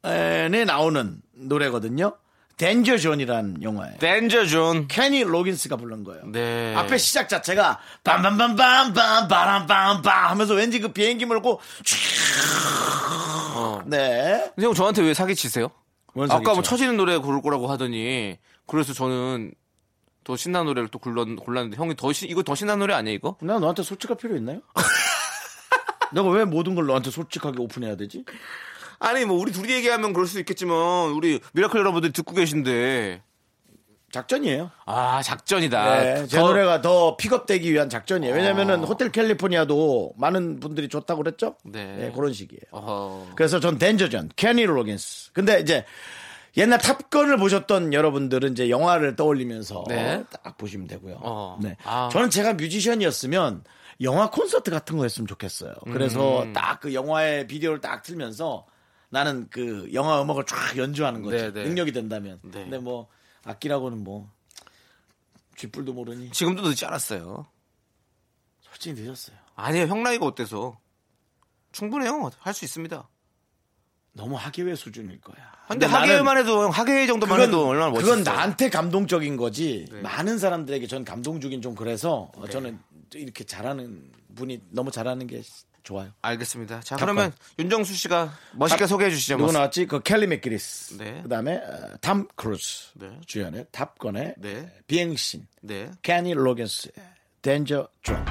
Speaker 1: 씬에 나오는 노래거든요 Danger Zone이라는 영화예요
Speaker 2: 댄저 존.
Speaker 1: 케니 로긴스가 부른 거예요
Speaker 2: 네.
Speaker 1: 앞에 시작 자체가 빰빰빰빰빰 바람빰빰 하면서 왠지 그 비행기 몰고
Speaker 2: 어.
Speaker 1: 촤- 네
Speaker 2: 형 저한테 왜 사기 치세요?
Speaker 1: 뭔
Speaker 2: 아까
Speaker 1: 사기쳐요?
Speaker 2: 뭐 처지는 노래 고를 거라고 하더니 그래서 저는 더 신나는 노래를 또 골랐, 골랐는데 형이 더 신, 이거 더 신나는 노래 아니야 이거?
Speaker 1: 나 너한테 솔직할 필요 있나요? 내가 왜 모든 걸 너한테 솔직하게 오픈해야 되지?
Speaker 2: 아니 뭐 우리 둘이 얘기하면 그럴 수 있겠지만 우리 미라클 여러분들이 듣고 계신데
Speaker 1: 작전이에요.
Speaker 2: 아 작전이다.
Speaker 1: 네, 제
Speaker 2: 더- 아.
Speaker 1: 노래가 더 픽업되기 위한 작전이에요. 왜냐면은 호텔 캘리포니아도 많은 분들이 좋다고 그랬죠? 예,
Speaker 2: 네.
Speaker 1: 그런 식이에요.
Speaker 2: 어허.
Speaker 1: 그래서 전 덴저전, 케니 로긴스. 근데 이제 옛날 탑건을 보셨던 여러분들은 이제 영화를 떠올리면서
Speaker 2: 네.
Speaker 1: 딱 보시면 되고요.
Speaker 2: 어.
Speaker 1: 네.
Speaker 2: 아.
Speaker 1: 저는 제가 뮤지션이었으면 영화 콘서트 같은 거 했으면 좋겠어요. 그래서
Speaker 2: 음.
Speaker 1: 딱 그 영화의 비디오를 딱 틀면서 나는 그 영화 음악을 쫙 연주하는 거지.
Speaker 2: 네, 네.
Speaker 1: 능력이 된다면.
Speaker 2: 네.
Speaker 1: 근데 뭐 악기라고는 뭐 쥐뿔도 모르니
Speaker 2: 지금도 늦지 않았어요.
Speaker 1: 솔직히 늦었어요.
Speaker 2: 아니에요 형 나이가 어때서? 충분해요 할 수 있습니다.
Speaker 1: 너무 하계회 수준일 거야.
Speaker 2: 근데,
Speaker 1: 나는
Speaker 2: 하계만 해도 형 하계 정도만 해도 얼마나 네. 멋있어.
Speaker 1: 그건 나한테 감동적인 거지 많은 사람들에게 전 감동 주긴 좀 그래서
Speaker 2: 네.
Speaker 1: 어, 저는 이렇게 잘하는 분이 너무 잘하는 게 좋아요.
Speaker 2: 알겠습니다. 자 그러면 윤정수 씨가 멋있게 소개해 주시죠.
Speaker 1: 누구 나왔지? 그 켈리 맥그리스.
Speaker 2: 네.
Speaker 1: 그다음에 어, 탐 크루즈
Speaker 2: 네.
Speaker 1: 주연의 탑건의
Speaker 2: 네.
Speaker 1: 비행신.
Speaker 2: 네.
Speaker 1: 캐니 로긴스의 덴저 존.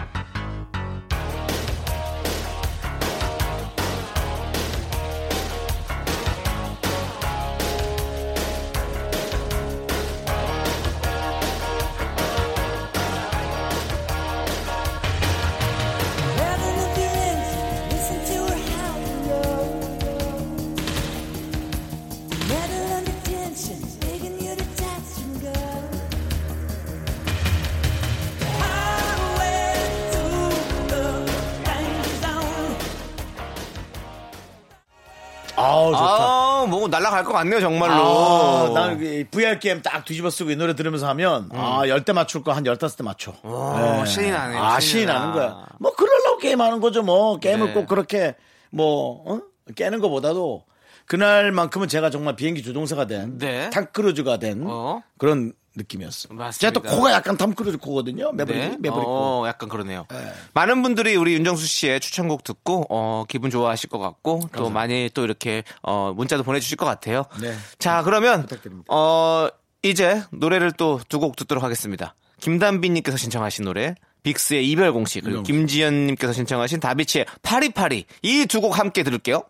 Speaker 1: 아우 좋다.
Speaker 2: 아, 뭐 날라갈 것 같네요, 정말로. 어.
Speaker 1: 아, 나는 그 VR 게임 딱 뒤집어 쓰고 이 노래 들으면서 하면 아, 열 대 맞출 거 한 열다섯 대 맞춰.
Speaker 2: 음. 어, 신이 나네.
Speaker 1: 아, 신이 나는 거야. 뭐, 그러려고 게임하는 거죠, 뭐. 게임을
Speaker 2: 네.
Speaker 1: 꼭 그렇게, 뭐, 어? 깨는 거보다도 그날만큼은 제가 정말 비행기 조종사가 된,
Speaker 2: 네.
Speaker 1: 탐크루즈가 된
Speaker 2: 어.
Speaker 1: 그런 느낌이었어요.
Speaker 2: 맞습니다.
Speaker 1: 제가 또 코가 약간 탐크루즈 코거든요. 매버릭,
Speaker 2: 네.
Speaker 1: 매버릭 뭐. 코.
Speaker 2: 어, 약간 그러네요. 많은 분들이 우리 윤정수 씨의 추천곡 듣고 어, 기분 좋아하실 것 같고 또 많이 또 이렇게 어, 문자도 보내주실 것 같아요.
Speaker 1: 네.
Speaker 2: 자 그러면
Speaker 1: 부탁드립니다.
Speaker 2: 어, 이제 노래를 또 두 곡 듣도록 하겠습니다. 김단비님께서 신청하신 노래 빅스의 이별 공식 그리고 김지연님께서 신청하신 다비치의 파리파리 이 두 곡 함께 들을게요.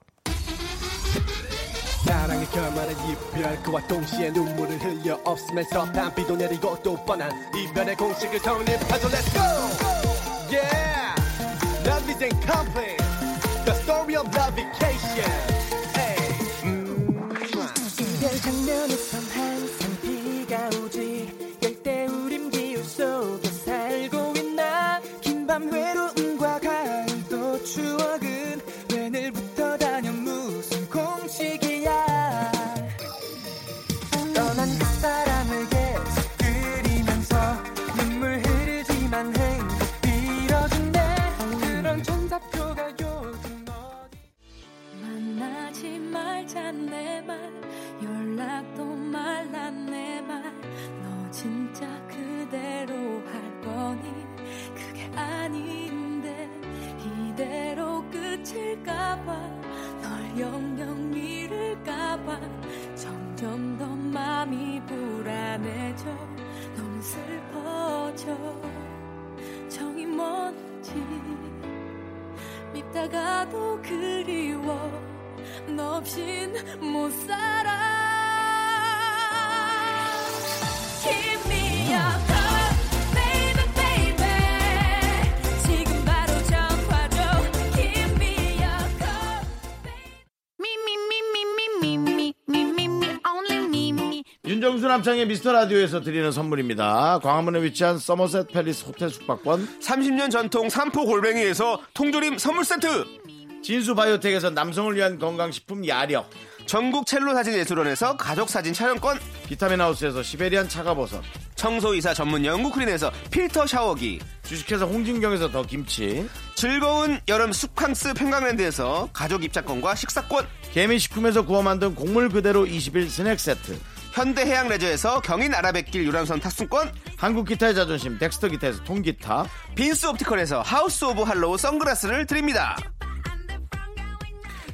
Speaker 7: 사랑의 결말은 이별 그와 동시에 눈물을 흘려 없으면서 담비도 내리고 또 뻔한 이별의 공식을 정립하죠 Let's go! Yeah! Love is incomplete The story of love vacation Hey!
Speaker 5: 이별 장면에선 한
Speaker 8: 마음이 불안해져 너무 슬퍼져 정이 뭔지 밉다가도 그리워 너 없인 못 살아 Give me your heart, baby baby 지금 바로 전화줘 Give me your heart, baby
Speaker 1: 윤정수 남창의 미스터 라디오에서 드리는 선물입니다. 광화문에 위치한 서머셋 팰리스 호텔 숙박권,
Speaker 2: 30년 전통 삼포 골뱅이에서 통조림 선물 세트.
Speaker 1: 진수 바이오텍에서 남성을 위한 건강식품 야력,
Speaker 2: 전국 첼로 사진 예술원에서 가족 사진 촬영권.
Speaker 1: 비타민 하우스에서 시베리안 차가버섯,
Speaker 2: 청소이사 전문 영국 크린에서 필터 샤워기.
Speaker 1: 주식회사 홍진경에서 더 김치,
Speaker 2: 즐거운 여름 숲캉스 평강랜드에서 가족 입장권과 식사권.
Speaker 1: 개미식품에서 구워 만든 곡물 그대로 21 스낵 세트,
Speaker 2: 현대해양 레저에서 경인 아라뱃길 유람선 탑승권.
Speaker 1: 한국 기타의 자존심 덱스터 기타에서 통기타,
Speaker 2: 빈스 옵티컬에서 하우스 오브 할로우 선글라스를 드립니다.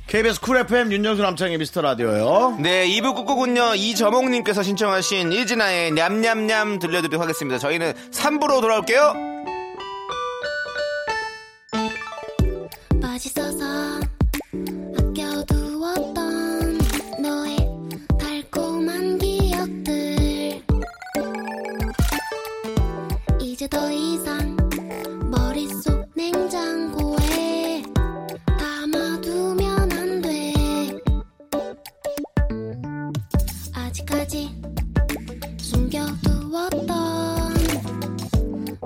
Speaker 1: KBS 쿨 FM 윤정수 남창의 미스터 라디오요.
Speaker 2: 네, 2부 끝곡은요, 이저몽님께서 신청하신 이진아의 냠냠냠 들려드리도록 하겠습니다. 저희는 3부로 돌아올게요.
Speaker 5: 맛있어서 아껴두었던 너의 달콤한 기억들 이제 더 이상 머릿속 냉장고에 담아두면 안 돼 아직까지 숨겨두었던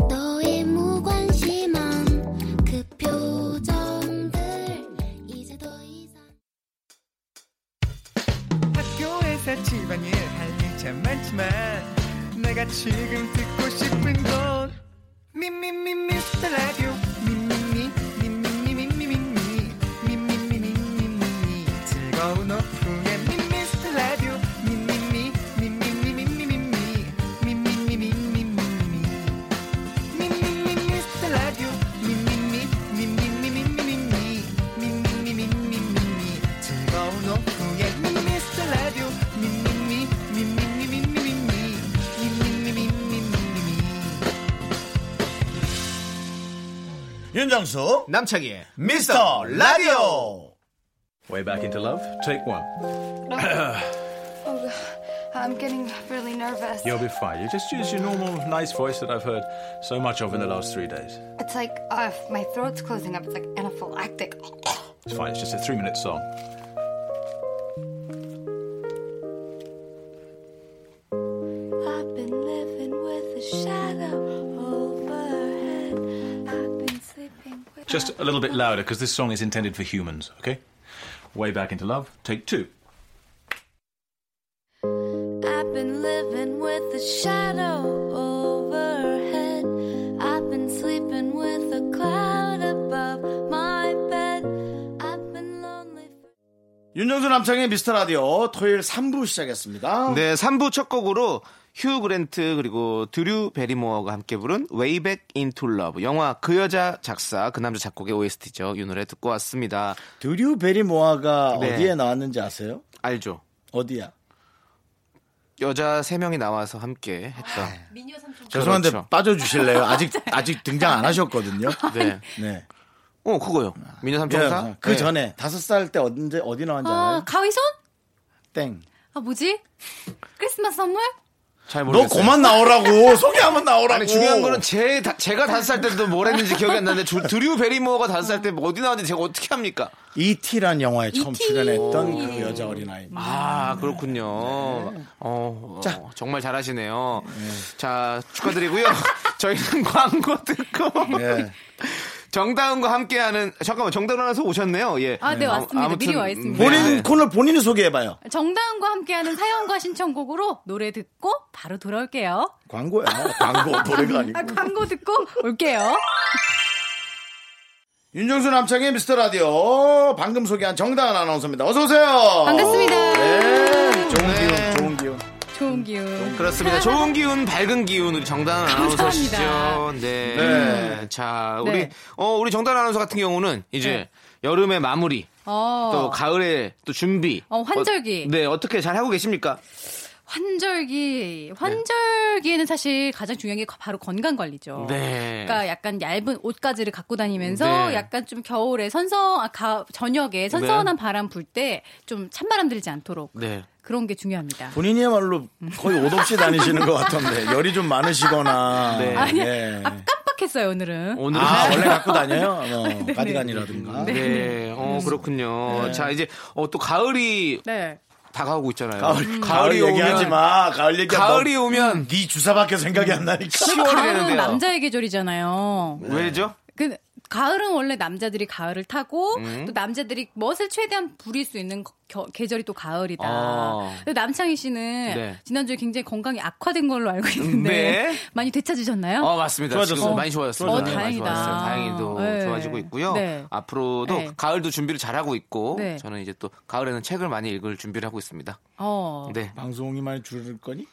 Speaker 5: 너의 무관심한 그 표정들 이제 더 이상
Speaker 7: 학교에서 집안일 할 일 참 많지만 내가 지금 듣고 싶은 건 미미미 미스터 라디오 미미미 미미미 미미미 미미미 미미미 즐거운 오후에 미스터 라디오 미미미 미미미 미미미 미미미 미미미
Speaker 1: 윤정수
Speaker 2: 남창희의
Speaker 1: 미스터 라디오.
Speaker 9: Way back into love, take one.
Speaker 8: I'm getting really nervous.
Speaker 9: You'll be fine. You just use your normal, nice voice that I've heard so much of in the last three days.
Speaker 8: It's like, uh, my throat's closing up. It's like anaphylactic.
Speaker 9: It's fine. It's just a three-minute song.
Speaker 8: I've been living with a shadow overhead. I've been sleeping with.
Speaker 9: Just a little bit louder because this song is intended for humans. Okay. Way back into love, take two.
Speaker 8: I've been living with a shadow overhead. I've been sleeping with a cloud above my bed. I've been lonely.
Speaker 1: 윤정수 남창의 미스터 라디오 토요일 3부 시작했습니다.
Speaker 2: 네, 3부 첫 곡으로 휴 그랜트 그리고 드류 베리모어가 함께 부른 Way Back Into Love 영화 그 여자 작사 그 남자 작곡의 OST죠. 이 노래 듣고 왔습니다.
Speaker 1: 드류 베리모아가
Speaker 2: 네.
Speaker 1: 어디에 나왔는지 아세요?
Speaker 2: 알죠?
Speaker 1: 어디야?
Speaker 2: 여자 세명이 나와서 함께 했던
Speaker 1: 죄송한데
Speaker 2: 그렇죠.
Speaker 1: 빠져주실래요? 아직 아직 등장 안 하셨거든요.
Speaker 2: 네.
Speaker 1: 네.
Speaker 2: 어, 그거요. 미녀 삼총사? 네.
Speaker 1: 예, 그 전에 다섯 살 때 언제 어디 나왔는지
Speaker 10: 아,
Speaker 8: Oh,
Speaker 1: 알아요?
Speaker 10: 가위손?
Speaker 1: 땡.
Speaker 10: 아, 뭐지? 크리스마스 선물?
Speaker 2: 잘
Speaker 1: 너
Speaker 2: 모르겠어요.
Speaker 1: 그만 나오라고 소개하면 나오라고.
Speaker 2: 아니 중요한 거는 제 다- 제가 다섯 살 때도 뭘 했는지 기억이 안 나는데 주- 드류 베리모어가 다섯 살 때 어디 나왔는지 제가 어떻게 합니까?
Speaker 1: E.T.란 E 영화에 처음
Speaker 10: E.T.
Speaker 1: 출연했던
Speaker 10: 예.
Speaker 1: 그 여자 어린아이.
Speaker 2: 아 그렇군요. 어, 어, 정말 잘하시네요. 자 축하드리고요. 저희는 광고 듣고
Speaker 1: 예.
Speaker 2: 정다은과 함께하는 잠깐만 정다은 아나운서 오셨네요. 예.
Speaker 10: 아, 네, 왔습니다. 미리 와 있습니다.
Speaker 2: 네.
Speaker 1: 본인 코너 본인이 소개해봐요.
Speaker 10: 정다은과 함께하는 사연과 신청곡으로 노래 듣고 바로 돌아올게요.
Speaker 1: 광고야. 광고 노래가 아니고.
Speaker 10: 아, 광고 듣고 올게요.
Speaker 1: 윤정수 남창의 미스터 라디오 방금 소개한 정다은 아나운서입니다. 어서 오세요.
Speaker 10: 반갑습니다.
Speaker 1: 네, 좋은
Speaker 2: 네.
Speaker 1: 기운, 좋은 기운.
Speaker 10: 좋은 기운.
Speaker 2: 음, 그렇습니다. 좋은 기운, 밝은 기운 우리 정다은 아나운서시죠.
Speaker 10: 감사합니다.
Speaker 2: 네.
Speaker 1: 네.
Speaker 2: 자 우리
Speaker 10: 네.
Speaker 2: 어 우리 정다은 아나운서 같은 경우는 이제
Speaker 10: 네.
Speaker 2: 여름의 마무리.
Speaker 10: 어.
Speaker 2: 또 가을에 또 준비.
Speaker 10: 어, 환절기.
Speaker 2: 어, 네, 어떻게 잘 하고 계십니까?
Speaker 8: 환절기.
Speaker 2: 네.
Speaker 8: 환절기에는 사실 가장 중요한 게 바로 건강 관리죠.
Speaker 2: 네.
Speaker 8: 그러니까 약간 얇은 옷가지를 갖고 다니면서
Speaker 2: 네.
Speaker 8: 약간 좀 겨울에 선선 아, 가, 저녁에 선선한 바람 불 때 좀 찬바람 들지 않도록
Speaker 2: 네.
Speaker 8: 그런 게 중요합니다.
Speaker 1: 본인이야말로 거의 옷 없이 다니시는 것 같던데 열이 좀 많으시거나
Speaker 2: 네.
Speaker 8: 아니,
Speaker 1: 예.
Speaker 8: 아, 깜빡했어요, 오늘은.
Speaker 2: 오늘
Speaker 1: 아 원래 갖고 다녀요
Speaker 10: 네.
Speaker 1: 어, 가디건이라든가
Speaker 2: 네. 어, 그렇군요. 자, 이제 어, 또 가을이
Speaker 8: 네.
Speaker 2: 다가오고 있잖아요.
Speaker 1: 음. 가을, 가을 얘기하지 마 가을 얘기하면
Speaker 2: 가을이 오면
Speaker 1: 네 주사밖에 생각이 안 나니까
Speaker 2: 10월이
Speaker 8: 가을은
Speaker 2: 되는데요. 네.
Speaker 8: 남자의 계절이잖아요.
Speaker 2: 왜죠?
Speaker 8: 그 가을은 원래 남자들이 가을을 타고 또 남자들이 멋을 최대한 부릴 수 있는 거- 겨- 계절이 또 가을이다.
Speaker 2: 아.
Speaker 8: 근데 남창희 씨는
Speaker 2: 네.
Speaker 8: 지난주에 굉장히 건강이 악화된 걸로 알고 있는데
Speaker 2: 네.
Speaker 8: 많이 되찾으셨나요?
Speaker 2: 어 맞습니다.
Speaker 1: 좋아졌어요.
Speaker 2: 지금 많이 좋아졌습니다.
Speaker 8: 어,
Speaker 2: 많이
Speaker 8: 다행이다.
Speaker 2: 좋아졌어요. 다행히도
Speaker 8: 네.
Speaker 2: 좋아지고 있고요.
Speaker 8: 네.
Speaker 2: 앞으로도
Speaker 8: 네.
Speaker 2: 가을도 준비를 잘 하고 있고
Speaker 8: 네.
Speaker 2: 저는 이제 또 가을에는 책을 많이 읽을 준비를 하고 있습니다.
Speaker 8: 어.
Speaker 2: 네.
Speaker 1: 방송이 많이 줄을 거니?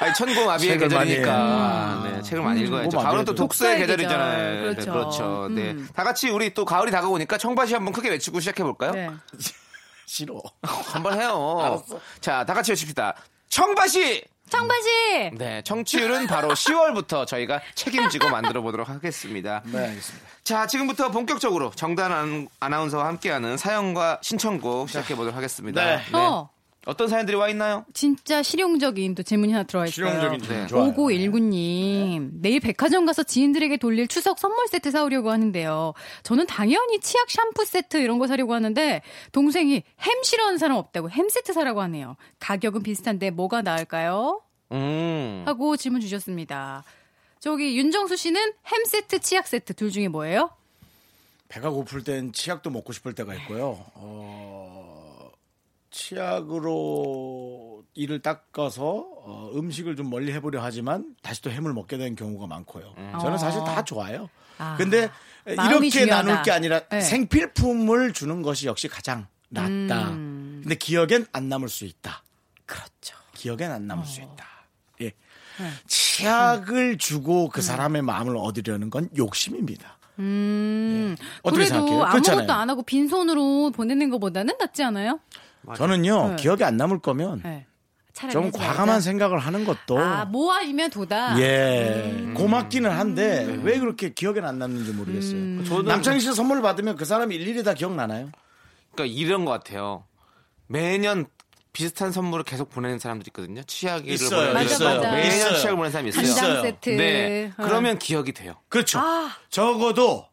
Speaker 2: 아니 천공 아비의
Speaker 1: 책을 많이
Speaker 2: 계절이니까 네, 책을 많이 읽어야죠.
Speaker 1: 뭐
Speaker 2: 가을은 또
Speaker 1: 아비에도.
Speaker 2: 독서의
Speaker 8: 독서의
Speaker 2: 계절이잖아요.
Speaker 8: 계절.
Speaker 2: 네,
Speaker 8: 그렇죠.
Speaker 2: 그렇죠. 네.
Speaker 8: 음.
Speaker 2: 다 같이 우리 또 가을이 다가오니까 청바시 한번 크게 외치고 시작해 볼까요?
Speaker 8: 네.
Speaker 1: 싫어
Speaker 2: 한번 해요. 자, 다 같이 외칩시다. 청바시!
Speaker 8: 청바 씨.
Speaker 2: 네, 청취율은 바로 10월부터 저희가 책임지고 만들어 보도록 하겠습니다.
Speaker 1: 네 알겠습니다
Speaker 2: 자, 지금부터 본격적으로 정단 안- 아나운서와 함께하는 사연과 신청곡 시작해 보도록 하겠습니다.
Speaker 1: 네.
Speaker 8: 어.
Speaker 2: 어떤 사연들이 와 있나요?
Speaker 8: 진짜 실용적인 또 질문이 하나 들어와 있어요.
Speaker 1: 실용적인
Speaker 2: 네.
Speaker 1: 네. 좋아요
Speaker 8: 5919님, 내일 백화점 가서 지인들에게 돌릴 추석 선물 세트 사오려고 하는데요. 저는 당연히 치약 샴푸 세트 이런 거 사려고 하는데, 동생이 햄 싫어하는 사람 없다고 햄 세트 사라고 하네요. 가격은 비슷한데 뭐가 나을까요?
Speaker 2: 음.
Speaker 8: 하고 질문 주셨습니다. 저기 윤정수 씨는 햄 세트, 치약 세트 둘 중에 뭐예요?
Speaker 1: 배가 고플 땐 치약도 먹고 싶을 때가 있고요 어, 치약으로 이를 닦아서 어, 음식을 좀 멀리 해보려 하지만 다시 또 햄을 먹게 되는 경우가 많고요 저는 사실 다 좋아요
Speaker 8: 음. 아,
Speaker 1: 근데
Speaker 8: 마음이
Speaker 1: 이렇게
Speaker 8: 중요하다.
Speaker 1: 나눌 게 아니라
Speaker 8: 네.
Speaker 1: 생필품을 주는 것이 역시 가장 낫다 근데 기억엔 안 남을 수 있다
Speaker 8: 음. 그렇죠. 어.
Speaker 1: 기억엔 안 남을 수 있다.
Speaker 8: 네.
Speaker 1: 예. 치약을 주고 그 사람의 마음을 얻으려는 건 욕심입니다. 예.
Speaker 8: 음,
Speaker 1: 어떻게
Speaker 8: 그래도
Speaker 1: 생각해요?
Speaker 8: 아무것도
Speaker 1: 그렇잖아요.
Speaker 8: 안 하고 빈손으로 보내는 것보다는 낫지 않아요?
Speaker 1: 저는요,
Speaker 8: 네.
Speaker 1: 기억이 안 남을 거면
Speaker 8: 네. 차라리
Speaker 1: 좀
Speaker 8: 하지 말자.
Speaker 1: 과감한 생각을 하는 것도
Speaker 8: 아, 음. 모아이면 도다.
Speaker 1: 예 고맙기는 한데
Speaker 8: 음.
Speaker 1: 왜 그렇게 기억에 안 남는지 모르겠어요.
Speaker 8: 아,
Speaker 1: 남창희 씨 선물 받으면 그 사람이 일일이 다 기억나나요?
Speaker 2: 그러니까 이런 것 같아요. 매년 비슷한 선물을 계속 보내는 사람들이 있거든요. 치약을
Speaker 1: 있어요,
Speaker 2: 보내는
Speaker 8: 있어요. 맞아, 맞아.
Speaker 2: 매년
Speaker 1: 있어요.
Speaker 2: 치약을 보내는 사람이 있어요.
Speaker 1: 있어요.
Speaker 8: 간장 세트.
Speaker 2: 네.
Speaker 8: 어.
Speaker 2: 그러면 기억이 돼요.
Speaker 1: 그렇죠.
Speaker 8: 아.
Speaker 1: 적어도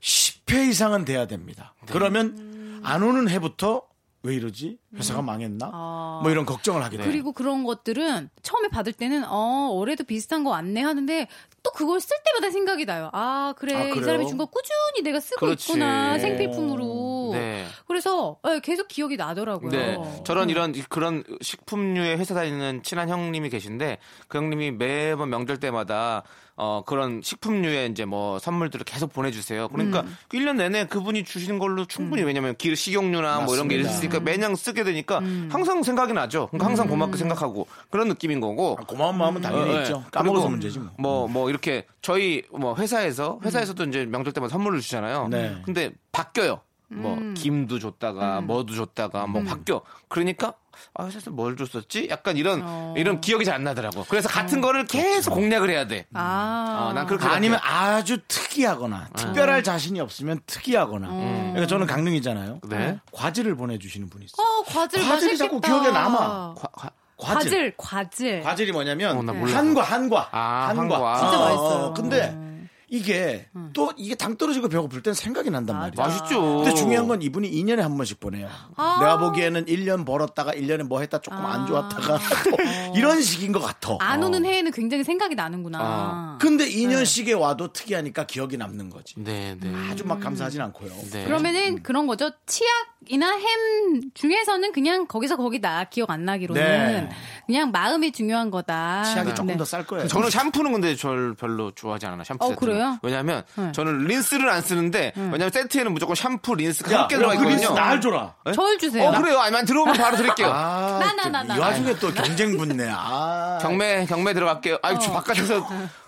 Speaker 1: 10회 이상은 돼야 됩니다.
Speaker 2: 네.
Speaker 8: 음.
Speaker 1: 그러면 안 오는 해부터 왜 이러지? 회사가 망했나?
Speaker 8: 어.
Speaker 1: 뭐 이런 걱정을 하게 돼요.
Speaker 8: 아. 그리고 그런 것들은 처음에 받을 때는 어 올해도 비슷한 거 왔네 하는데 또 그걸 쓸 때마다 생각이 나요. 아 그래
Speaker 1: 아,
Speaker 8: 이
Speaker 1: 그래요?
Speaker 8: 사람이 준 거 꾸준히 내가 쓰고
Speaker 2: 그렇지.
Speaker 8: 있구나 생필품으로.
Speaker 2: 네.
Speaker 8: 그래서 예, 계속 기억이 나더라고요.
Speaker 2: 네. 저런 이런 그런 식품류의 회사 다니는 친한 형님이 계신데 그 형님이 매번 명절 때마다 어 그런 식품류의 이제 뭐 선물들을 계속 보내주세요. 그러니까 일 1년 내내 그분이 주시는 걸로 충분히 왜냐면 길 식용유나 뭐 이런 게
Speaker 1: 맞습니다.
Speaker 2: 있으니까 매년 쓰게 되니까 항상 생각이 나죠. 그러니까 항상 고맙게 생각하고 그런 느낌인 거고
Speaker 1: 아, 고마운 마음은 당연히
Speaker 2: 어, 예.
Speaker 1: 있죠. 까먹어서
Speaker 2: 그리고
Speaker 1: 문제지 뭐.
Speaker 2: 뭐, 뭐 이렇게 저희 뭐 회사에서 회사에서도 이제 명절 때마다 선물을 주잖아요.
Speaker 1: 네.
Speaker 2: 근데 바뀌어요. 뭐
Speaker 8: 음.
Speaker 2: 김도 줬다가 뭐도 줬다가 뭐 바뀌어. 그러니까 아 회사에서 뭘 줬었지? 약간 이런
Speaker 8: 어. 음.
Speaker 2: 이런 기억이 잘 안 나더라고. 그래서 같은 거를 계속 공략을 해야 돼.
Speaker 8: 아,
Speaker 2: 어, 난 그렇게
Speaker 1: 그렇죠. 그러니까
Speaker 2: 음.
Speaker 1: 아니면 아주 특이하거나 특별할 자신이 없으면 특이하거나.
Speaker 8: 음.
Speaker 1: 그러니까 저는 강릉이잖아요.
Speaker 2: 네.
Speaker 1: 과제를 보내주시는 분이 있어요.
Speaker 8: 어 과질
Speaker 1: 과질이
Speaker 8: 맛있겠다.
Speaker 1: 자꾸 기억에 남아.
Speaker 2: 과- 과-
Speaker 1: 과제.
Speaker 8: 과질 과질.
Speaker 1: 과질이 뭐냐면
Speaker 2: 어, 나 몰라.
Speaker 1: 한과 한과
Speaker 2: 아, 한과.
Speaker 8: 네. 진짜 맛있어요. 음.
Speaker 1: 근데 이게 또 이게 당 떨어지고 배고플 땐 생각이 난단 말이야.
Speaker 2: 맛있죠.
Speaker 1: 근데 중요한 건 이분이 2년에 한 번씩 보내요.
Speaker 8: 아.
Speaker 1: 내가 보기에는 1년 벌었다가 1년에 뭐 했다 조금 안 좋았다가
Speaker 8: 아.
Speaker 1: 또 이런 식인 것 같아. 어.
Speaker 8: 안 오는 해에는 굉장히 생각이 나는구나.
Speaker 1: 근데
Speaker 8: 네.
Speaker 1: 2년씩에 와도 특이하니까 기억이 남는 거지.
Speaker 2: 네, 네.
Speaker 1: 아주
Speaker 8: 음.
Speaker 1: 막 감사하진 않고요.
Speaker 2: 네.
Speaker 8: 그러면은
Speaker 1: 음.
Speaker 8: 그런 거죠. 치약이나 햄 중에서는 그냥 거기서 거기다 기억 안 나기로는
Speaker 1: 네.
Speaker 8: 그냥 마음이 중요한 거다.
Speaker 1: 치약이 조금
Speaker 8: 네.
Speaker 1: 더 쌀 거예요.
Speaker 2: 저는 샴푸는 근데 절 별로 좋아하지 않아요. 샴푸
Speaker 8: 어,
Speaker 2: 세트.
Speaker 8: 그래요? 네.
Speaker 2: 왜냐하면 저는 린스를 안 쓰는데 왜냐하면 세트에는 무조건 샴푸, 린스
Speaker 1: 야,
Speaker 2: 함께 들어가
Speaker 1: 그럼 그
Speaker 2: 있거든요.
Speaker 1: 린스 날 줘라.
Speaker 8: 저울 주세요.
Speaker 2: 어 그래요. 아니면 들어오면 바로 드릴게요.
Speaker 8: 나, 나, 나, 나.
Speaker 1: 이 와중에 또 경쟁 붙네. 아. 어.
Speaker 2: 경매 경매 들어갈게요. 아유 저 바깥에서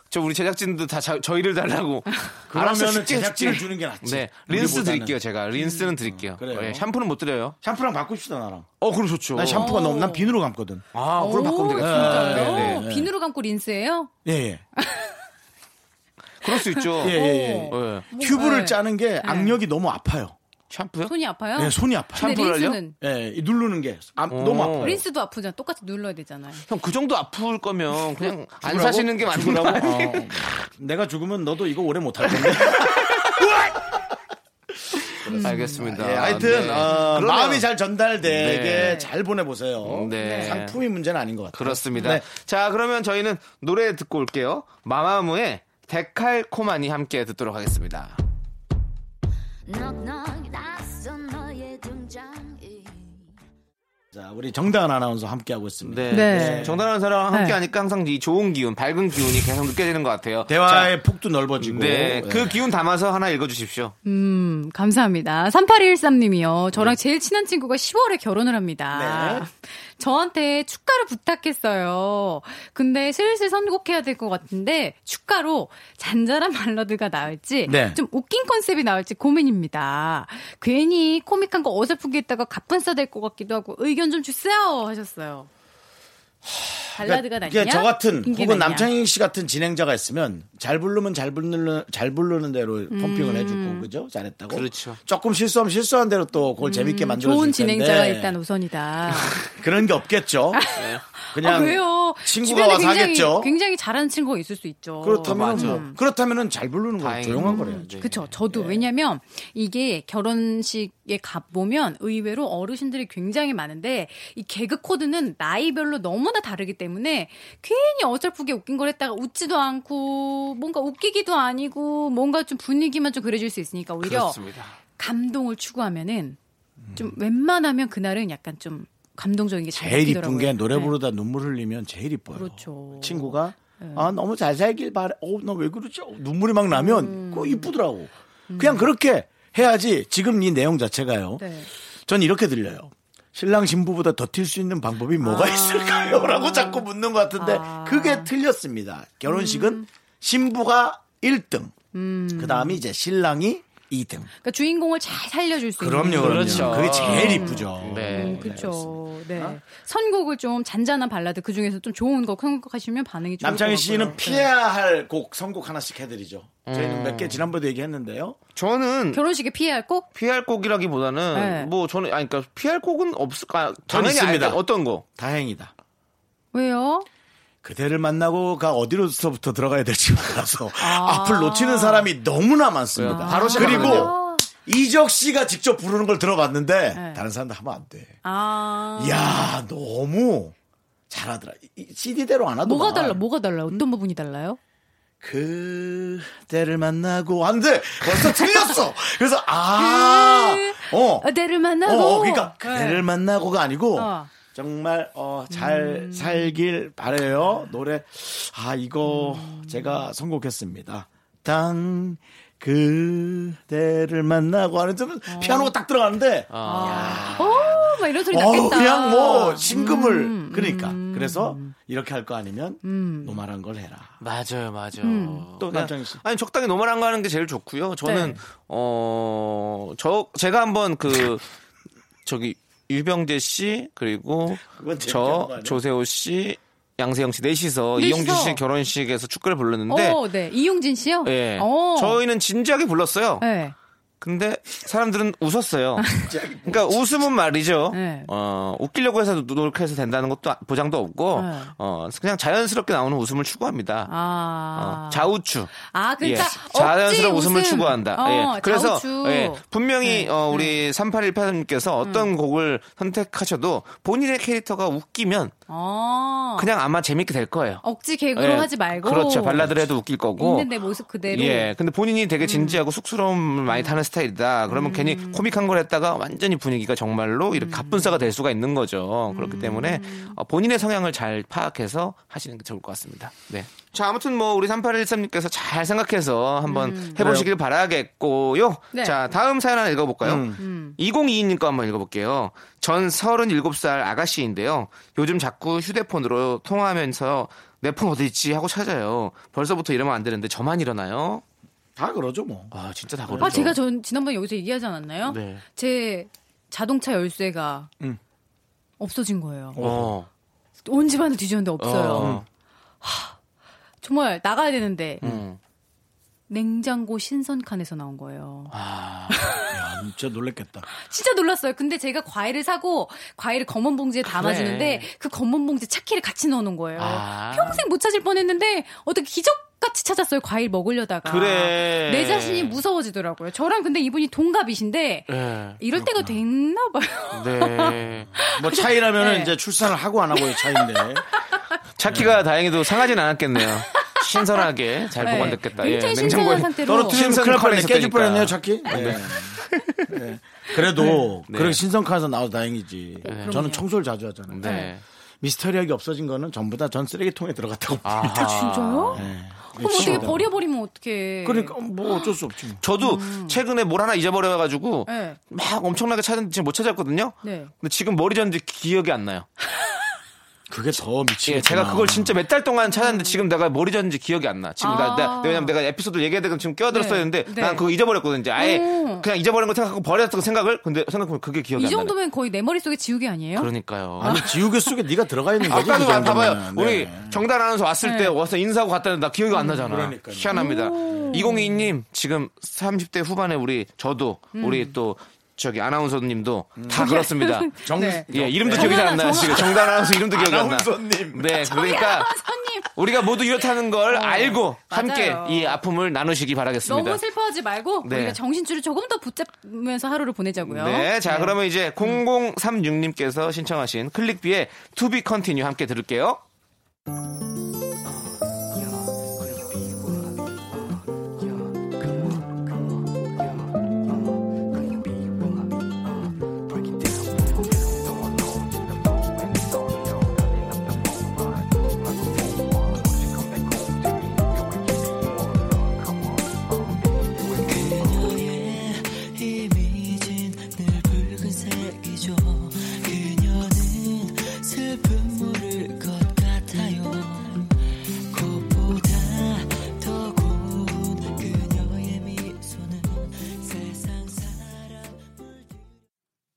Speaker 2: 저 우리 제작진도 다 자- 저희를 달라고. 알았어,
Speaker 1: 그러면은
Speaker 2: 숙제,
Speaker 1: 제작진을
Speaker 2: 숙제.
Speaker 1: 주는 게 낫지.
Speaker 2: 네. 린스
Speaker 1: 우리보다는. 음.
Speaker 2: 드릴게요, 제가. 린스는 드릴게요.
Speaker 1: 그래요.
Speaker 2: 예, 샴푸는 못 드려요.
Speaker 1: 샴푸랑 바꿉시다 나랑.
Speaker 2: 어, 그럼 좋죠.
Speaker 1: 난 샴푸가 너무 난 비누로 감거든.
Speaker 2: 아, 그럼 바꾸면 되겠다.
Speaker 8: 진짜요?
Speaker 2: 네, 네.
Speaker 8: 비누로 감고 린스예요?
Speaker 1: 예. 예.
Speaker 2: 그럴 수 있죠.
Speaker 1: 예, 예, 예.
Speaker 2: 예.
Speaker 1: 튜브를
Speaker 8: 네.
Speaker 1: 짜는 게 악력이 너무 아파요.
Speaker 2: 샴푸요?
Speaker 8: 손이 아파요?
Speaker 1: 예, 손이 아파요.
Speaker 8: 근데
Speaker 2: 네, 샴푸를요?
Speaker 8: 린스는
Speaker 1: 예, 이 누르는 게 아,
Speaker 2: 어.
Speaker 1: 너무 아파요.
Speaker 8: 린스도 아프잖아. 똑같이 눌러야 되잖아요.
Speaker 2: 형, 그 정도 아플 거면 그냥 안
Speaker 1: 죽으라고?
Speaker 2: 사시는 게 맞는 거
Speaker 1: 죽으라고?
Speaker 2: 아니에요?
Speaker 1: 어. 내가 죽으면 너도 이거 오래 못 할 텐데.
Speaker 2: 알겠습니다.
Speaker 1: 예, 하여튼
Speaker 2: 네.
Speaker 1: 어,
Speaker 2: 그러면-
Speaker 1: 마음이 잘 전달되게
Speaker 2: 네.
Speaker 1: 잘 보내보세요.
Speaker 2: 네.
Speaker 1: 상품이 문제는 아닌 것 같아요.
Speaker 2: 그렇습니다.
Speaker 1: 네.
Speaker 2: 자, 그러면 저희는 노래 듣고 올게요. 마마무의 데칼코마니 함께 듣도록 하겠습니다.
Speaker 4: 넉넉 낯선 너의 등장이
Speaker 1: 자, 우리 정다은 아나운서 함께 하고 있습니다.
Speaker 2: 네.
Speaker 8: 네.
Speaker 2: 정다은 사람과 함께
Speaker 8: 네.
Speaker 2: 하니까 항상 이 좋은 기운, 밝은 기운이 계속 느껴지는 것 같아요.
Speaker 1: 대화의 폭도
Speaker 2: 자,
Speaker 1: 넓어지고.
Speaker 2: 네.
Speaker 1: 예.
Speaker 2: 그 기운 담아서 하나 읽어주십시오.
Speaker 8: 음, 감사합니다. 3813님이요. 저랑
Speaker 1: 네.
Speaker 8: 제일 친한 친구가 10월에 결혼을 합니다. 저한테 축가를 부탁했어요. 근데 슬슬 선곡해야 될 것 같은데 축가로 잔잔한 발라드가 나올지
Speaker 1: 네.
Speaker 8: 좀 웃긴 컨셉이 나올지 고민입니다. 괜히 코믹한 거 어설프게 했다가 가쁜 싸될 것 같기도 하고 의견 좀 주세요 하셨어요. 발라드가
Speaker 1: 그러니까
Speaker 8: 낫냐?
Speaker 1: 저 같은
Speaker 8: 인기
Speaker 1: 혹은
Speaker 8: 낫냐?
Speaker 1: 남창희 씨 같은 진행자가 있으면 잘 부르면 잘 부르는 잘 부르는 대로
Speaker 8: 음.
Speaker 1: 펌핑을 해주고 그죠 잘했다고
Speaker 2: 그렇죠.
Speaker 1: 조금 실수하면 실수한 대로 또 그걸 재밌게 만들어
Speaker 8: 음, 좋은
Speaker 1: 줄 텐데.
Speaker 8: 진행자가 일단 우선이다.
Speaker 1: 그런 게 없겠죠. 네. 그냥
Speaker 8: 아, 왜요?
Speaker 1: 친구가
Speaker 8: 주변에
Speaker 1: 와서
Speaker 8: 굉장히,
Speaker 1: 하겠죠.
Speaker 8: 굉장히 어, 잘하는 친구가 있을 수 있죠.
Speaker 1: 그렇다면 음,
Speaker 2: 맞아.
Speaker 1: 뭐, 그렇다면은 잘 부르는 거
Speaker 2: 다행히.
Speaker 1: 조용한 거래야죠.
Speaker 2: 네.
Speaker 8: 그쵸. 저도 왜냐면 이게 결혼식에 가보면 의외로 어르신들이 굉장히 많은데 이 개그 코드는 나이별로 너무나 다르기 때문에 괜히 어설프게 웃긴 걸 했다가 웃지도 않고 뭔가 웃기기도 아니고 뭔가 좀 분위기만 좀 그려질 수 있으니까 오히려
Speaker 2: 그렇습니다.
Speaker 8: 감동을 추구하면은
Speaker 1: 음.
Speaker 8: 좀 웬만하면 그날은 약간 좀 감동적인 게 잘
Speaker 1: 제일
Speaker 8: 느끼더라고요.
Speaker 1: 이쁜 게 노래
Speaker 8: 네.
Speaker 1: 부르다 눈물 흘리면 제일 이뻐요.
Speaker 8: 그렇죠.
Speaker 1: 친구가 아 너무 잘 살길 바래. 어나 왜 그러지? 어, 눈물이 막 나면 그거 이쁘더라고. 그냥 그렇게 해야지. 지금 이 내용 자체가요.
Speaker 8: 네.
Speaker 1: 전 이렇게 들려요. 신랑 신부보다 더 튈 수 있는 방법이 뭐가 있을까요? 라고 자꾸 묻는 것 같은데 그게 틀렸습니다. 결혼식은 신부가 1등. 그 다음에 이제 신랑이 2등.
Speaker 8: 그러니까 주인공을 잘 살려줄 수 있는.
Speaker 1: 그럼요,
Speaker 2: 그렇죠.
Speaker 1: 그럼요. 그게 제일 이쁘죠.
Speaker 2: 네.
Speaker 8: 음, 그렇죠. 네. 선곡을 좀 잔잔한 발라드 그 중에서 좀 좋은 거 선곡하시면 반응이 좋을
Speaker 1: 남창희
Speaker 8: 것
Speaker 1: 씨는
Speaker 8: 같고요.
Speaker 1: 피해야 할 곡 선곡 하나씩 해드리죠. 저희는 몇 개 지난번에 얘기했는데요.
Speaker 2: 저는
Speaker 8: 네. 결혼식에 피해할 꼭
Speaker 2: 피할 곡이라기보다는
Speaker 8: 네.
Speaker 2: 뭐 저는 아니 그러니까 피할 곡은 없을까? 아,
Speaker 1: 저는
Speaker 2: 당연히
Speaker 1: 있습니다.
Speaker 2: 알겠- 어떤 거?
Speaker 1: 다행이다.
Speaker 8: 왜요?
Speaker 1: 그대를 만나고가 어디로서부터 들어가야 될지 몰라서 앞을 놓치는 사람이 너무나 많습니다.
Speaker 2: 바로
Speaker 1: 그리고
Speaker 2: 시작하거든요.
Speaker 1: 이적 씨가 직접 부르는 걸 들어봤는데
Speaker 8: 네.
Speaker 1: 다른 사람도 하면 안 돼.
Speaker 8: 아
Speaker 1: 이야 너무 잘하더라. CD대로 안 하도
Speaker 8: 뭐가 달라? 뭐가 달라? 어떤 부분이 달라요?
Speaker 1: 그대를 만나고 안돼 벌써 틀렸어. 그래서 아 어.
Speaker 8: 어대를
Speaker 1: 어,
Speaker 8: 만나고.
Speaker 1: 어, 그러니까 그대를
Speaker 8: 네.
Speaker 1: 만나고가 아니고
Speaker 8: 어. 음.
Speaker 1: 정말 어 잘 살길 바래요
Speaker 8: 네.
Speaker 1: 노래 아 이거
Speaker 8: 음.
Speaker 1: 제가 선곡했습니다. 당 그대를 만나고 하는 좀
Speaker 8: 어.
Speaker 1: 피아노가 딱 들어가는데
Speaker 2: 아.
Speaker 8: 오, 막 이런 소리
Speaker 1: 어
Speaker 8: 났겠다. 음.
Speaker 1: 그냥 뭐 신금을 그러니까 그래서 이렇게 할 거 아니면
Speaker 8: 음.
Speaker 1: 노말한 걸 해라.
Speaker 2: 맞아요, 맞아요.
Speaker 1: 또
Speaker 2: 그냥-
Speaker 1: 남창희 씨.
Speaker 2: 아니 적당히 노멀한 거 하는 게 제일 좋고요. 저는
Speaker 8: 네.
Speaker 2: 어저 제가 한번 그 저기 유병재 씨 그리고
Speaker 1: 그건 재밌게 하는
Speaker 2: 저
Speaker 1: 거 아니야?
Speaker 2: 조세호 씨, 양세형 씨 넷이서
Speaker 8: 넷이서?
Speaker 2: 이용준 씨 결혼식에서 축가를 불렀는데
Speaker 8: 어, 네. 이용진 씨요?
Speaker 2: 예.
Speaker 8: 어.
Speaker 2: 저희는 진지하게 불렀어요.
Speaker 8: 네. 아,
Speaker 2: 근데 사람들은 웃었어요. 그러니까 웃음은 말이죠.
Speaker 8: 네.
Speaker 2: 어, 웃기려고 해서 노력해서 된다는 것도 아, 보장도 없고,
Speaker 8: 네.
Speaker 2: 어, 그냥 자연스럽게 나오는 웃음을 추구합니다.
Speaker 8: 아.
Speaker 2: 어, 자우추.
Speaker 8: 아,
Speaker 1: 예.
Speaker 8: 그러니까 억지
Speaker 2: 예. 자연스러운 웃음을
Speaker 8: 웃음.
Speaker 2: 추구한다.
Speaker 8: 어,
Speaker 2: 예. 그래서
Speaker 8: 자우추. 네.
Speaker 2: 예, 분명히 어, 우리 3818님께서
Speaker 8: 음.
Speaker 2: 어떤 곡을 선택하셔도 본인의 캐릭터가 웃기면
Speaker 8: 어.
Speaker 2: 그냥 아마 재밌게 될 거예요.
Speaker 8: 억지 개그로
Speaker 2: 예.
Speaker 8: 하지 말고.
Speaker 2: 그렇죠. 발라드를 해도 웃길 거고.
Speaker 8: 있는 내 모습 그대로.
Speaker 2: 예. 근데 본인이 되게 진지하고 쑥스러움을 많이 타는 스타일이다. 그러면 괜히 코믹한 걸 했다가 완전히 분위기가 정말로 이렇게 갑분싸가 될 수가 있는 거죠. 그렇기 때문에 어, 본인의 성향을 잘 파악해서 하시는 게 좋을 것 같습니다. 네. 자, 아무튼 뭐 우리 3813님께서 잘 생각해서 한번 해보시길 바라겠고요.
Speaker 8: 네.
Speaker 2: 자, 다음 사연 하나 읽어볼까요? 2022님 거 한번 읽어볼게요. 전 37살 아가씨인데요. 요즘 자꾸 휴대폰으로 통화하면서 내 폰 어디 있지 하고 찾아요. 벌써부터 이러면 안 되는데 저만 일어나요?
Speaker 1: 다 그러죠 뭐.
Speaker 2: 아, 진짜 다 그렇죠.
Speaker 8: 아, 제가 전 지난번에 여기서 얘기하지 않았나요?
Speaker 2: 네.
Speaker 8: 제 자동차 열쇠가
Speaker 1: 음.
Speaker 8: 없어진 거예요.
Speaker 2: 어.
Speaker 8: 온 집안을 뒤졌는데 없어요.
Speaker 2: 어.
Speaker 8: 정말 나가야 되는데
Speaker 2: 음.
Speaker 8: 냉장고 신선 칸에서 나온 거예요.
Speaker 1: 아, 진짜 놀랬겠다.
Speaker 8: 진짜 놀랐어요. 근데 제가 과일을 사고 과일을 검은 봉지에 담아주는데 그 검은 봉지 차키를 같이 넣어놓은 거예요.
Speaker 2: 아.
Speaker 8: 평생 못 찾을 뻔했는데 어떻게 기적같이 찾았어요. 과일 먹으려다가
Speaker 2: 그래.
Speaker 8: 내 자신이 무서워지더라고요. 저랑 근데 이분이 동갑이신데
Speaker 2: 네.
Speaker 8: 이럴 때가 됐나 봐요.
Speaker 2: 네.
Speaker 1: 뭐 차이라면은
Speaker 8: 네.
Speaker 1: 이제 출산을 하고 안 하고의 차이인데.
Speaker 2: 차키가 다행히도 상하진 않았겠네요. 신선하게 잘
Speaker 8: 네.
Speaker 2: 보관됐겠다. 예,
Speaker 8: 굉장히
Speaker 2: 냉장고에
Speaker 8: 신선한 상태로
Speaker 1: 떨어뜨리면
Speaker 2: 신선
Speaker 1: 큰일 날 뻔했네.
Speaker 2: 칸에서
Speaker 1: 깨질
Speaker 2: 뜨니까.
Speaker 1: 뻔했네요, 자키. 네. 네. 그래도
Speaker 2: 네.
Speaker 1: 그렇게 신성카에서 나와서 다행이지. 저는
Speaker 8: 그럼요.
Speaker 1: 청소를 자주 하잖아요.
Speaker 2: 네.
Speaker 1: 미스터리하게 없어진 거는 전부 다 전 쓰레기통에 들어갔다고.
Speaker 2: 아.
Speaker 8: 아, 진짜요? 그럼 어떻게
Speaker 1: 치우다가.
Speaker 8: 버려버리면 어떡해.
Speaker 1: 그러니까 뭐 어쩔 수 없지. 뭐.
Speaker 2: 저도 최근에 뭘 하나 잊어버려가지고
Speaker 8: 음. 네.
Speaker 2: 막 엄청나게 찾았는데 지금 못 찾았거든요.
Speaker 8: 네.
Speaker 2: 근데 지금 머리 졌는데 기억이 안 나요.
Speaker 1: 그게 더 미치겠다.
Speaker 2: 예, 제가
Speaker 1: 아.
Speaker 2: 그걸 진짜 몇 달 동안 찾았는데 지금 내가 머리 졌는지 기억이 안 나. 지금 나,
Speaker 8: 아.
Speaker 2: 나 왜냐면 내가 에피소드 얘기해야 되고 지금
Speaker 8: 네.
Speaker 2: 끼어들었어야 했는데
Speaker 8: 네.
Speaker 2: 난 그거 잊어버렸거든요. 이제 아예
Speaker 8: 오.
Speaker 2: 그냥 잊어버린 거 생각하고 버렸다고 생각을 근데 생각해보면 그게 기억이
Speaker 8: 이
Speaker 2: 안 나요.
Speaker 8: 정도면 거의 내 머릿속에 지우개 아니에요?
Speaker 2: 그러니까요.
Speaker 1: 어? 아니 지우개 속에 네가 들어가 있는 거지.
Speaker 2: 아까도
Speaker 1: 그 정도면은.
Speaker 2: 봐봐요.
Speaker 1: 네.
Speaker 2: 우리 정단 아나운서 왔을
Speaker 8: 네.
Speaker 2: 때 와서 인사하고 갔다는데 나 기억이 안 나잖아.
Speaker 1: 그러니까요.
Speaker 2: 희한합니다. 2022님 지금 30대 후반에 우리 저도 우리 또 저기 아나운서님도
Speaker 1: 음.
Speaker 2: 다 그렇습니다.
Speaker 1: 정
Speaker 8: 네.
Speaker 2: 예, 이름도
Speaker 8: 네.
Speaker 2: 기억이 잘 안 나요.
Speaker 8: 정아-
Speaker 2: 지금 정단 아나운서 이름도 기억이 안 나.
Speaker 1: 아나운서님.
Speaker 2: 네, 그러니까
Speaker 8: 선님
Speaker 2: 우리가 모두 이렇다는 걸 알고 함께
Speaker 8: 맞아요.
Speaker 2: 이 아픔을 나누시기 바라겠습니다.
Speaker 8: 너무 슬퍼하지 말고
Speaker 2: 네.
Speaker 8: 우리가 정신줄을 조금 더 붙잡으면서 하루를 보내자고요.
Speaker 2: 네, 자 그러면 이제 0036님께서 신청하신 클릭비의 투비 컨티뉴 함께 들을게요.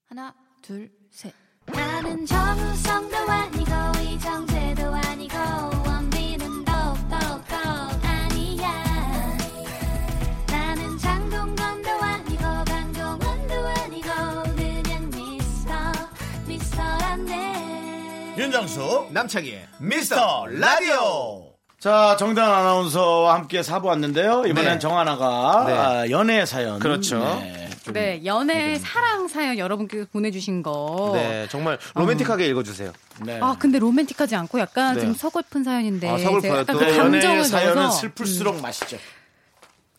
Speaker 8: 하나, 둘, 셋.
Speaker 5: 나는 정우성도 아니고 이정재도 아니고 원빈은 더욱더 아니야 나는 장동건도 아니고 강동원도 아니고 그냥 미스터 미스터란데
Speaker 1: 윤정수 남창희 미스터 라디오. 자 정단 아나운서와 함께 사부 왔는데요. 이번엔
Speaker 2: 네.
Speaker 1: 정하나가
Speaker 2: 네.
Speaker 1: 아, 연애 사연.
Speaker 2: 그렇죠.
Speaker 1: 네. 좀
Speaker 8: 네, 연애 사랑 사연 여러분께서 보내주신 거.
Speaker 2: 네, 정말 로맨틱하게 읽어주세요.
Speaker 1: 네.
Speaker 8: 아, 근데 로맨틱하지 않고 약간
Speaker 2: 네.
Speaker 8: 좀 서글픈 사연인데
Speaker 2: 아, 서글퍼요.
Speaker 8: 제가 약간
Speaker 2: 또
Speaker 8: 그
Speaker 1: 네, 연애
Speaker 8: 감정을
Speaker 1: 사연은
Speaker 8: 넣어서
Speaker 1: 슬플수록 맛있죠.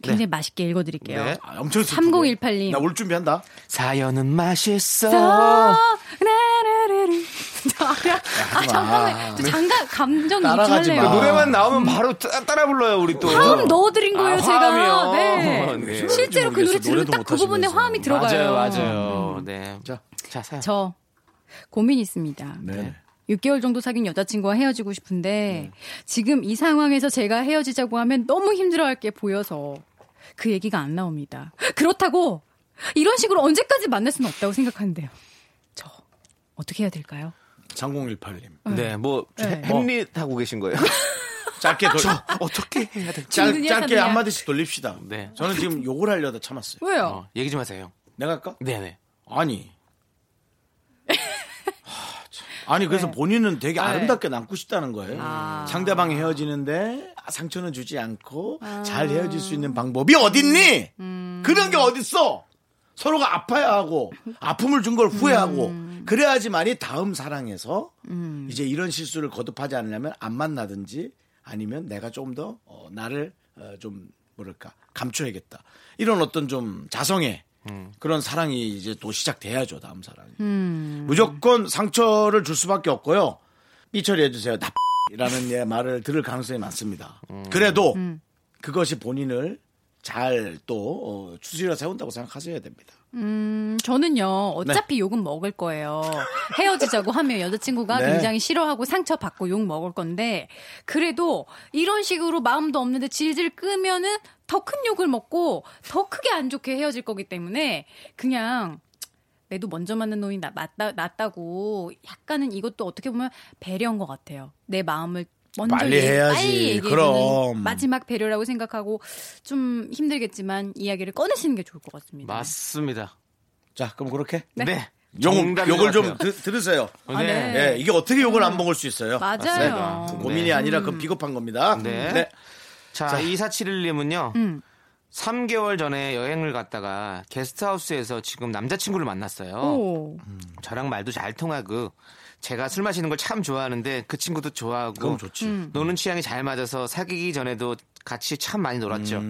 Speaker 8: 굉장히 맛있게 읽어드릴게요.
Speaker 2: 네.
Speaker 1: 아, 엄청 슬.
Speaker 8: 3018 님.
Speaker 1: 나올 준비한다.
Speaker 2: 사연은 맛있어.
Speaker 8: 네, 따라라라라. 네. 아, 잠깐만. 저 잠깐 감정
Speaker 1: 따라가지
Speaker 8: 유출할래요.
Speaker 1: 마.
Speaker 2: 그 노래만 나오면 바로 따, 따라 불러요, 우리 또.
Speaker 8: 화음 넣어드린 거예요,
Speaker 2: 아,
Speaker 8: 제가.
Speaker 2: 화음이요?
Speaker 8: 네.
Speaker 2: 네.
Speaker 8: 실제로 그 노래
Speaker 1: 모르겠어.
Speaker 8: 들으면
Speaker 1: 노래도
Speaker 8: 딱 그 부분에
Speaker 1: 못하시면서.
Speaker 8: 화음이 들어가요.
Speaker 2: 맞아요, 맞아요. 네. 자, 자, 사연.
Speaker 8: 저 고민 있습니다.
Speaker 1: 네.
Speaker 8: 6개월 정도 사귄 여자친구와 헤어지고 싶은데 지금 이 상황에서 제가 헤어지자고 하면 너무 힘들어할 게 보여서 그 얘기가 안 나옵니다. 그렇다고 이런 식으로 언제까지 만날 수는 없다고 생각하는데요. 저 어떻게 해야 될까요?
Speaker 1: 3018님.
Speaker 2: 네, 뭐,
Speaker 8: 네.
Speaker 2: 햄릿하고 계신 거예요.
Speaker 1: 짧게 돌.
Speaker 2: 어떻게 해야 될지.
Speaker 1: 짧,
Speaker 8: 중근이
Speaker 1: 짧게
Speaker 8: 하셨네요.
Speaker 1: 한마디씩 돌립시다.
Speaker 2: 네.
Speaker 1: 저는 지금 욕을 하려다 참았어요.
Speaker 8: 왜요?
Speaker 2: 어, 얘기 좀 하세요.
Speaker 1: 내가 할까?
Speaker 2: 네네.
Speaker 1: 아니. 하, 참. 아니
Speaker 8: 네.
Speaker 1: 그래서 본인은 되게 아름답게 남고 싶다는 거예요.
Speaker 8: 아.
Speaker 1: 상대방이 헤어지는데 아, 상처는 주지 않고
Speaker 8: 아.
Speaker 1: 잘 헤어질 수 있는 방법이 어딨니?
Speaker 8: 음.
Speaker 1: 그런 게 어딨어? 서로가 아파야 하고 아픔을 준 걸 후회하고 그래야지만이 다음 사랑에서 이제 이런 실수를 거듭하지 않으려면 안 만나든지 아니면 내가 조금 더 어, 나를 어, 좀 뭐랄까 감춰야겠다 이런 어떤 좀 자성의 그런 사랑이 이제 또 시작돼야죠 다음 사랑이 무조건 상처를 줄 수밖에 없고요 삐처리해 주세요 나라는 예, 말을 들을 가능성이 많습니다 그래도 그것이 본인을 잘 또 어, 추스려 세운다고 생각하셔야 됩니다
Speaker 8: 음, 저는요,
Speaker 1: 네.
Speaker 8: 어차피 욕은 먹을 거예요. 헤어지자고 하면 여자친구가
Speaker 1: 네.
Speaker 8: 굉장히 싫어하고 상처받고 욕 먹을 건데, 그래도 이런 식으로 마음도 없는데 질질 끄면은 더 큰 욕을 먹고 더 크게 안 좋게 헤어질 거기 때문에 그냥 내도 먼저 만난 놈이 나, 맞다, 낫다고 약간은 이것도 어떻게 보면 배려인 것 같아요. 내 마음을 먼저
Speaker 1: 빨리
Speaker 8: 얘기-
Speaker 1: 해야지.
Speaker 8: 빨리 얘기해주는
Speaker 1: 그럼.
Speaker 8: 마지막 배려라고 생각하고 좀 힘들겠지만 이야기를 꺼내시는 게 좋을 것 같습니다.
Speaker 2: 맞습니다.
Speaker 1: 자 그럼 그렇게
Speaker 8: 네.
Speaker 1: 욕,
Speaker 2: 정답인
Speaker 1: 욕을
Speaker 2: 것
Speaker 1: 좀
Speaker 2: 같아요.
Speaker 1: 들- 들으세요
Speaker 8: 아, 네.
Speaker 1: 예, 이게 어떻게 욕을 안 먹을 수 있어요
Speaker 8: 맞아요.
Speaker 2: 음.
Speaker 1: 네. 고민이 아니라 그 비겁한 겁니다
Speaker 2: 네.
Speaker 1: 네.
Speaker 2: 자, 2471님은요.
Speaker 8: 음.
Speaker 2: 3개월 전에 여행을 갔다가 게스트하우스에서 지금 남자친구를 만났어요.
Speaker 8: 오.
Speaker 2: 저랑 말도 잘 통하고 제가 술 마시는 걸 참 좋아하는데 그 친구도 좋아하고
Speaker 1: 그럼 좋지.
Speaker 8: 음.
Speaker 2: 노는 취향이 잘 맞아서 사귀기 전에도 같이 참 많이
Speaker 1: 음.
Speaker 2: 놀았죠.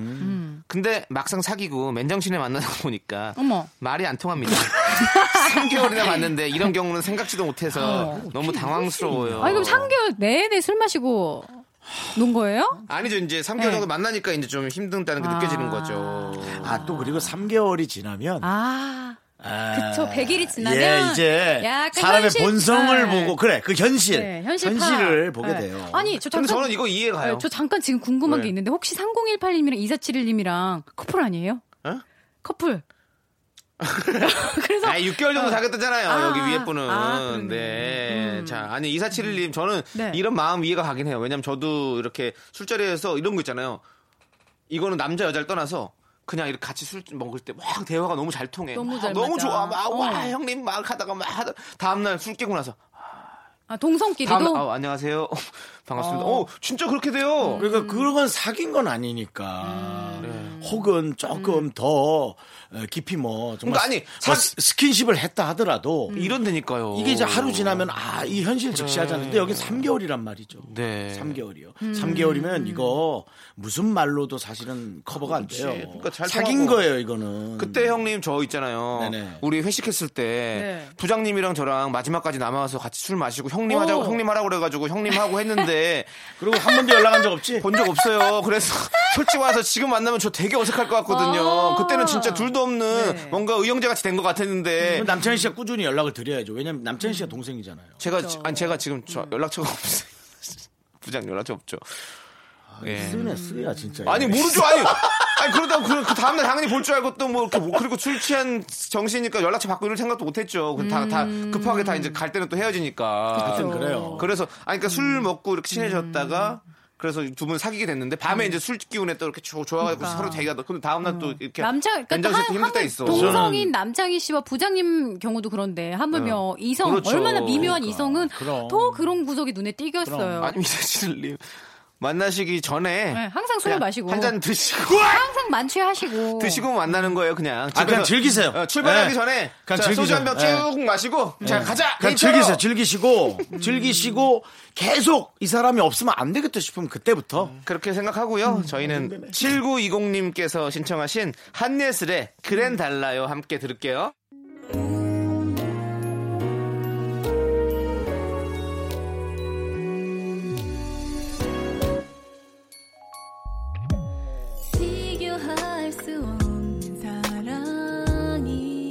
Speaker 2: 근데 막상 사귀고 맨정신에 만나다 보니까
Speaker 8: 음. 어머.
Speaker 2: 말이 안 통합니다. 3개월이나 만났는데 이런 경우는 생각지도 못해서 너무 당황스러워요.
Speaker 8: 아니 그럼 3개월 내내 술 마시고 논 거예요?
Speaker 2: 아니죠 이제 3개월 정도 만나니까 이제 좀 힘든다는 게
Speaker 8: 네. 아.
Speaker 2: 느껴지는 거죠.
Speaker 1: 아 또 그리고 3개월이 지나면
Speaker 8: 아.
Speaker 1: 아,
Speaker 8: 그쵸, 100일이 지나면
Speaker 1: 예, 이제
Speaker 8: 약간
Speaker 1: 사람의
Speaker 8: 현실-
Speaker 1: 본성을
Speaker 8: 네.
Speaker 1: 보고 그래 그 현실
Speaker 2: 예.
Speaker 8: 네, 현실 파악.
Speaker 1: 현실을 보게
Speaker 8: 네.
Speaker 1: 돼요.
Speaker 8: 아니, 저
Speaker 2: 근데
Speaker 8: 잠깐
Speaker 2: 저는 이거 이해가 가요. 네.
Speaker 8: 네, 저 잠깐 지금 궁금한
Speaker 2: 왜?
Speaker 8: 게 있는데 혹시 3018님이랑 2471님이랑 커플 아니에요?
Speaker 2: 어?
Speaker 8: 커플. 그래서
Speaker 2: 아, 6개월 정도 사귀었잖아요.
Speaker 8: 아,
Speaker 2: 여기 위에 분은.
Speaker 8: 아, 그러네. 음.
Speaker 2: 네. 자, 아니 2471님 저는
Speaker 8: 네.
Speaker 2: 이런 마음 이해가 가긴 해요. 왜냐면 저도 이렇게 술자리에서 이런 거 있잖아요. 이거는 남자 여자를 떠나서 그냥 이렇게 같이 술 먹을 때 막 대화가 너무 잘 통해.
Speaker 8: 너무
Speaker 2: 막
Speaker 8: 잘
Speaker 2: 너무
Speaker 8: 맞아.
Speaker 2: 좋아. 막 와,
Speaker 8: 어.
Speaker 2: 형님 막 하다가 막 하다 다음 날 술 깨고 나서
Speaker 8: 아,
Speaker 2: 다음
Speaker 8: 동성끼리도
Speaker 2: 날, 아, 안녕하세요. 반갑습니다.
Speaker 8: 어. 음.
Speaker 2: 어, 진짜 그렇게 돼요.
Speaker 1: 그러니까 그건 사귄 건 아니니까
Speaker 2: 네.
Speaker 1: 혹은
Speaker 8: 음.
Speaker 1: 조금 더 어, 깊이 뭐 정말
Speaker 2: 그러니까 아니,
Speaker 1: 뭐
Speaker 2: 사-
Speaker 1: 스- 스킨십을 했다 하더라도
Speaker 8: 음.
Speaker 2: 이런다니까요.
Speaker 1: 이게 이제 하루 지나면 아 이 현실 직시하자는데 여기 3개월이란 말이죠.
Speaker 2: 네.
Speaker 1: 3개월이요. 3개월이면 이거 무슨 말로도 사실은 커버가 안 돼요.
Speaker 2: 그러니까 잘
Speaker 1: 사귄
Speaker 2: 통하고.
Speaker 1: 거예요 이거는.
Speaker 2: 그때 형님 저 있잖아요.
Speaker 1: 음. 네네.
Speaker 2: 우리 회식했을 때
Speaker 8: 네.
Speaker 2: 부장님이랑 저랑 마지막까지 남아서 같이 술 마시고 형님
Speaker 8: 오.
Speaker 2: 하자고 형님 하라고 그래가지고 형님 하고 했는데
Speaker 1: 그리고 한 번도 연락한 적 없지?
Speaker 2: 본 적 없어요. 그래서 솔직히 와서 지금 만나면 저 되게 어색할 것 같거든요.
Speaker 8: 아.
Speaker 2: 그때는 진짜 둘도 없는
Speaker 8: 네. 음, 그렇죠.
Speaker 2: 뭔가 의형제 같이 된 것 같았는데
Speaker 1: 그럼 남창희 씨가 꾸준히 연락을 드려야죠. 왜냐면 남창희 씨가 동생이잖아요.
Speaker 2: 제가 지- 아니 제가 지금
Speaker 8: 음.
Speaker 2: 저 연락처가 없어요. 부장 연락처 없죠.
Speaker 1: 아,
Speaker 2: 예.
Speaker 1: 쓰네 쓰야 진짜.
Speaker 2: 아니 모르죠 아니 아니 그러다 그, 그 다음날 당연히 볼 줄 알고 또 뭐 이렇게 뭐 그리고 술 취한 정신이니까 연락처 바꾸 이럴 생각도 못했죠 그 다 다
Speaker 8: 음.
Speaker 2: 급하게 다 이제 갈 때는 또 헤어지니까
Speaker 1: 하여튼 그래요.
Speaker 2: 그래서 아니 그러니까 술 먹고 이렇게 친해졌다가 그래서 두 분 사귀게 됐는데
Speaker 8: 음.
Speaker 2: 밤에 이제 술 기운에 또 이렇게 좋- 좋아가지고 서로 대기가 근데 다음날 또 이렇게
Speaker 8: 그러니까. 남창 그러니까
Speaker 2: 연장에서 또
Speaker 8: 한-
Speaker 2: 힘들 때
Speaker 8: 하물-
Speaker 2: 있어
Speaker 8: 동성인 남창희 씨와 부장님 경우도 그런데 하물며 이성
Speaker 2: 그렇죠.
Speaker 8: 얼마나 미묘한
Speaker 2: 그러니까.
Speaker 8: 이성은
Speaker 1: 그럼.
Speaker 8: 더 그런 구석이 눈에 띄겼어요.
Speaker 2: 아니 미사실님 만나시기 전에
Speaker 8: 네, 항상 술을 마시고
Speaker 2: 한 잔 드시고
Speaker 8: 항상 만취하시고
Speaker 2: 드시고 만나는 거예요, 그냥.
Speaker 1: 어. 아, 그냥
Speaker 2: 집에서.
Speaker 1: 즐기세요.
Speaker 2: 어, 출발하기
Speaker 1: 네.
Speaker 2: 전에
Speaker 1: 그냥
Speaker 2: 자, 소주
Speaker 1: 즐기죠.
Speaker 2: 한 병 쭉
Speaker 1: 네.
Speaker 2: 마시고 자 가자.
Speaker 1: 그냥
Speaker 2: 일차로.
Speaker 1: 그러니까 즐기세요. 즐기시고 즐기시고 계속 이 사람이 없으면 안 되겠다 싶으면 그때부터
Speaker 2: 그렇게 생각하고요.
Speaker 1: 음. 네,
Speaker 2: 저희는 7920님께서 신청하신 한예슬의 그랜 달라요 함께 들을게요.
Speaker 5: 비교할 수 없는 사랑이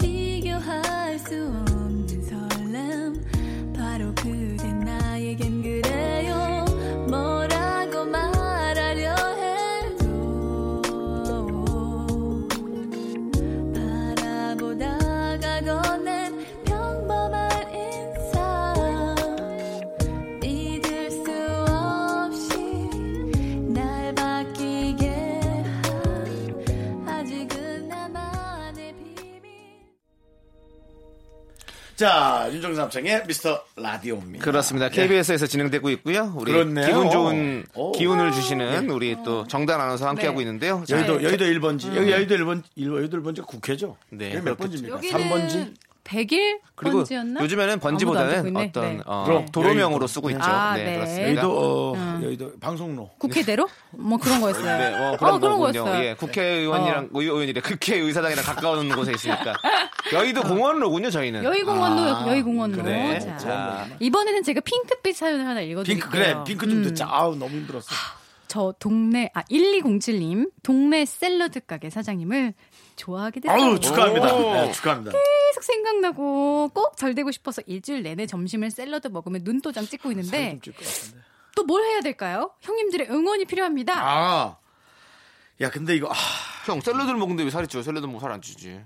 Speaker 5: 비교할 수 없는 설렘 바로 그댄 나에겐 그래요 뭐라고 말하려 해도 바라보다가 건넨 평범한 인사 믿을 수 없이 날 바뀌게 한 아직은 나만의 비밀
Speaker 1: 자 윤정삼창의 미스터 라디오입니다.
Speaker 2: 그렇습니다. KBS에서 진행되고 있고요. 우리
Speaker 1: 아, 네. 그렇네요.
Speaker 2: 기분 좋은
Speaker 1: 오. 네.
Speaker 2: 기운을 주시는 우리 또 정단 아나운서 함께
Speaker 8: 네.
Speaker 2: 하고 있는데요. 자,
Speaker 1: 여의도 여의도 1번지 여기 여의도 1번 일- 여의도 1번지가 국회죠.
Speaker 2: 네,
Speaker 1: 여기 몇
Speaker 2: 그렇겠죠.
Speaker 1: 번지입니까?
Speaker 8: 음. 여기는
Speaker 1: 3번지
Speaker 8: 100일
Speaker 2: 그리고
Speaker 8: 번지였나?
Speaker 2: 요즘에는
Speaker 8: 아무도 안 듣고
Speaker 2: 번지보다는
Speaker 8: 있네.
Speaker 2: 어떤
Speaker 8: 네.
Speaker 2: 어,
Speaker 1: 그럼
Speaker 2: 도로명으로 쓰고 있죠.
Speaker 8: 아,
Speaker 2: 네,
Speaker 8: 네.
Speaker 2: 그렇습니다.
Speaker 1: 여의도 어,
Speaker 8: 음.
Speaker 1: 여의도 방송로
Speaker 8: 국회대로? 뭐 그런 거였어요.
Speaker 2: 네, 어,
Speaker 8: 어,
Speaker 2: 그런
Speaker 8: 그런
Speaker 2: 거군요.
Speaker 8: 거였어요.
Speaker 2: 예, 국회의원이랑 의원이래 국회의사당이랑 가까운 곳에 있으니까 여의도 공원로군요 저희는.
Speaker 8: 여의공원로, 여의공원로.
Speaker 2: 그래.
Speaker 8: 자.
Speaker 2: 자.
Speaker 8: 이번에는 제가 핑크빛 사연을 하나 읽어드릴게요. 음.
Speaker 1: 핑크 그래 핑크 좀 듣자 아우 너무 힘들었어
Speaker 8: 저 동네 아 1207님 동네 샐러드 가게 사장님을 좋아하게 됐어요.
Speaker 1: 아우 축하합니다
Speaker 2: 오.
Speaker 1: 네, 축하합니다
Speaker 8: 계속 생각나고 꼭 잘 되고 싶어서 일주일 내내 점심을 샐러드 먹으면 눈도장 찍고 있는데
Speaker 1: 좀찔것 같은데
Speaker 8: 또 뭘 해야 될까요? 형님들의 응원이 필요합니다.
Speaker 1: 아야 근데 이거 아,
Speaker 2: 형 샐러드를 먹는데 왜 살이 쪄? 샐러드 먹으면 살 안 찌지.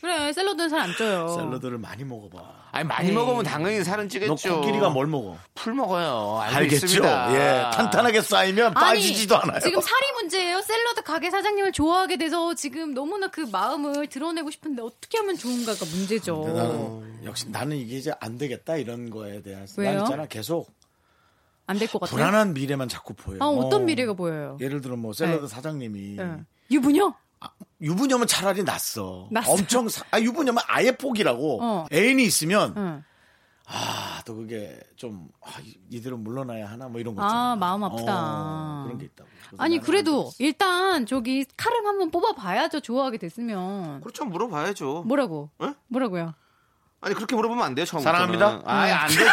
Speaker 8: 그래 샐러드는 잘 안 쪄요.
Speaker 1: 샐러드를 많이 먹어봐
Speaker 2: 아니 많이
Speaker 8: 에이.
Speaker 2: 먹으면 당연히 살은
Speaker 1: 너
Speaker 2: 찌겠죠.
Speaker 1: 코끼리가 뭘 먹어
Speaker 2: 풀 먹어요. 알고
Speaker 1: 알겠죠
Speaker 2: 있습니다.
Speaker 1: 예 탄탄하게 쌓이면
Speaker 8: 아니,
Speaker 1: 빠지지도 않아요
Speaker 8: 지금 살이 문제예요. 샐러드 가게 사장님을 좋아하게 돼서 지금 너무나 그 마음을 드러내고 싶은데 어떻게 하면 좋은가가 문제죠.
Speaker 1: 근데 나는 어, 역시 나는 이게 이제 안 되겠다 이런 거에 대한 난
Speaker 8: 왜요?
Speaker 1: 있잖아 계속
Speaker 8: 안 될 것 같아요.
Speaker 1: 불안한 미래만 자꾸 보여.
Speaker 8: 아, 어떤 미래가 보여요?
Speaker 1: 예를 들어 뭐 샐러드
Speaker 8: 네.
Speaker 1: 사장님이
Speaker 8: 예. 유부녀?
Speaker 1: 아, 유부녀면 차라리 낫어.
Speaker 8: 낫어.
Speaker 1: 엄청 사- 아 유부녀면 아예 포기라고
Speaker 8: 어.
Speaker 1: 애인이 있으면
Speaker 8: 응.
Speaker 1: 아 또 그게 좀 아, 이- 이대로 물러나야 하나 뭐 이런 거
Speaker 8: 아,
Speaker 1: 있잖아.
Speaker 8: 마음 아프다.
Speaker 1: 어, 그런 게 있다고. 그래서
Speaker 8: 아니
Speaker 1: 나는
Speaker 8: 그래도 일단 저기 칼을 한번 뽑아봐야죠. 좋아하게 됐으면
Speaker 2: 그렇죠 물어봐야죠.
Speaker 8: 뭐라고?
Speaker 2: 예?
Speaker 8: 뭐라고요?
Speaker 2: 아니 그렇게 물어보면 안 돼요 처음부터.
Speaker 1: 사랑합니다?
Speaker 2: 아예 안 되죠.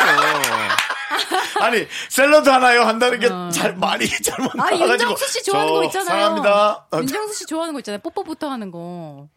Speaker 1: 아니 샐러드 하나요 한다는 게 잘 말이 잘못
Speaker 8: 어. 아
Speaker 1: 나와가지고
Speaker 8: 윤정수 씨 좋아하는
Speaker 1: 저
Speaker 8: 거 있잖아요.
Speaker 1: 사랑합니다. 어,
Speaker 8: 윤정수 씨 좋아하는 거 있잖아요. 뽀뽀부터 하는 거.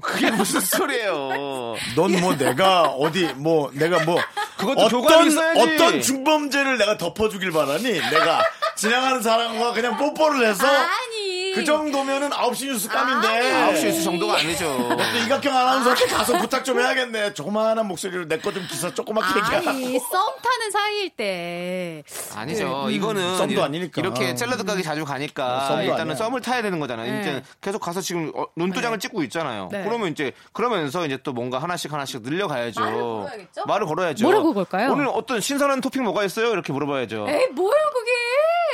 Speaker 2: 그게 무슨 소리예요?
Speaker 1: 넌 뭐 내가 어디 뭐 내가 뭐
Speaker 2: 그것도 교감
Speaker 1: 어떤
Speaker 2: 있어야지.
Speaker 1: 어떤 중범죄를 내가 덮어주길 바라니 내가 지나가는 사람과 그냥 뽀뽀를 해서
Speaker 8: 아니.
Speaker 1: 어, 그 정도면은 9시 뉴스 깜인데
Speaker 8: 네.
Speaker 2: 아홉 시에서 정도가 아니죠.
Speaker 1: 또 이각형 아나운서한테 가서 부탁 좀 해야겠네 조그마한 목소리로 내 거 좀 기사 조그맣게 얘기하고
Speaker 8: 아니 썸 타는 사이일 때 네, 음.
Speaker 2: 아니죠. 이거는
Speaker 1: 썸도
Speaker 2: 이렇-
Speaker 1: 아니니까.
Speaker 2: 이렇게 샐러드 가게 자주 가니까
Speaker 1: 어, 썸도
Speaker 2: 일단은
Speaker 1: 아니야.
Speaker 2: 썸을 타야 되는 거잖아요.
Speaker 8: 네.
Speaker 2: 이제 계속 가서 지금 어, 눈도장을 찍고 있잖아요.
Speaker 8: 네.
Speaker 2: 그러면 이제 그러면서 이제 또 뭔가 하나씩 하나씩 늘려가야죠.
Speaker 8: 말을 걸어야겠죠?
Speaker 2: 말을 걸어야죠.
Speaker 8: 뭐라고 걸까요? 네.
Speaker 2: 오늘 어떤 신선한 토핑 뭐가 있어요? 이렇게 물어봐야죠.
Speaker 8: 에이 뭐야 그게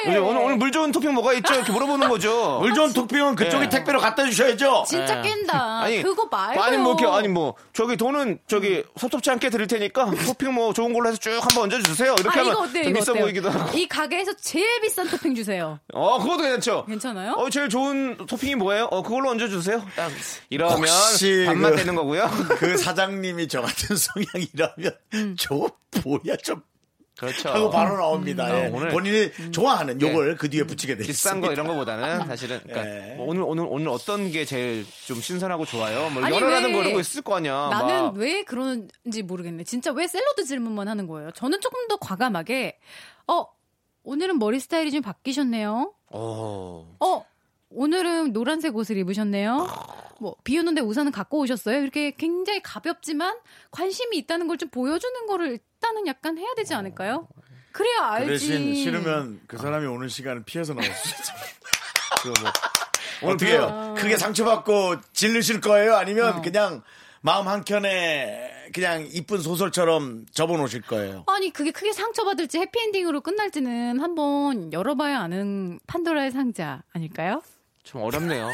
Speaker 2: 요즘 오늘 오늘 물 좋은 토핑 뭐가 있죠? 이렇게 물어보는 거죠.
Speaker 1: 물전 토핑은 그쪽에
Speaker 2: 예.
Speaker 1: 택배로 갖다 주셔야죠
Speaker 8: 진짜 깬다 그거 말고
Speaker 2: 아니 뭐 이렇게 아니 뭐 저기 돈은 저기 섭섭치 않게 드릴 테니까 토핑 뭐 좋은 걸로 해서 쭉 한번 얹어 주세요. 이렇게
Speaker 8: 아,
Speaker 2: 하면
Speaker 8: 이거 어때요
Speaker 2: 좀
Speaker 8: 이거
Speaker 2: 있어
Speaker 8: 어때요
Speaker 2: 보이기도 하고.
Speaker 8: 이 가게에서 제일 비싼 토핑 주세요
Speaker 2: 어, 그것도 괜찮죠.
Speaker 8: 괜찮아요?
Speaker 2: 어, 제일 좋은 토핑이 뭐예요? 어, 그걸로 얹어주세요. 딱 이러면
Speaker 1: 혹시
Speaker 2: 밥맛
Speaker 1: 그-
Speaker 2: 되는 거고요.
Speaker 1: 그 사장님이 저 같은 성향이라면
Speaker 8: 음.
Speaker 1: 저 뭐야 좀
Speaker 2: 그렇죠.
Speaker 1: 하고 바로 나옵니다. 예.
Speaker 2: 아, 오늘- 예.
Speaker 1: 본인이 좋아하는 요걸 그 뒤에 붙이게 돼
Speaker 2: 비싼 거 이런 거보다는 사실은 그러니까
Speaker 1: 예.
Speaker 2: 뭐 오늘 오늘 오늘 어떤 게 제일 좀 신선하고 좋아요? 뭐
Speaker 8: 아니,
Speaker 2: 열어라는
Speaker 8: 왜-
Speaker 2: 거 이러고 있을 거 아니야.
Speaker 8: 나는
Speaker 2: 막.
Speaker 8: 왜 그런지 모르겠네 진짜 왜 샐러드 질문만 하는 거예요 저는 조금 더 과감하게 어 오늘은 머리 스타일이 좀 바뀌셨네요
Speaker 2: 어.
Speaker 8: 어 오늘은 노란색 옷을 입으셨네요 뭐 비 오는데 우산은 갖고 오셨어요 이렇게 굉장히 가볍지만 관심이 있다는 걸 좀 보여주는 거를 일단은 약간 해야 되지 않을까요? 그래야
Speaker 1: 그
Speaker 8: 알지.
Speaker 1: 대신 싫으면 그 사람이 오는 시간을 피해서 나올 수 있죠.
Speaker 2: 그거 뭐.
Speaker 1: 어떻게 해요? 크게 상처받고 질르실 거예요? 아니면
Speaker 2: 어.
Speaker 1: 그냥 마음 한켠에 그냥 이쁜 소설처럼 접어놓으실 거예요?
Speaker 8: 아니 그게 크게 상처받을지 해피엔딩으로 끝날지는 한번 열어봐야 아는 판도라의 상자 아닐까요?
Speaker 2: 좀 어렵네요.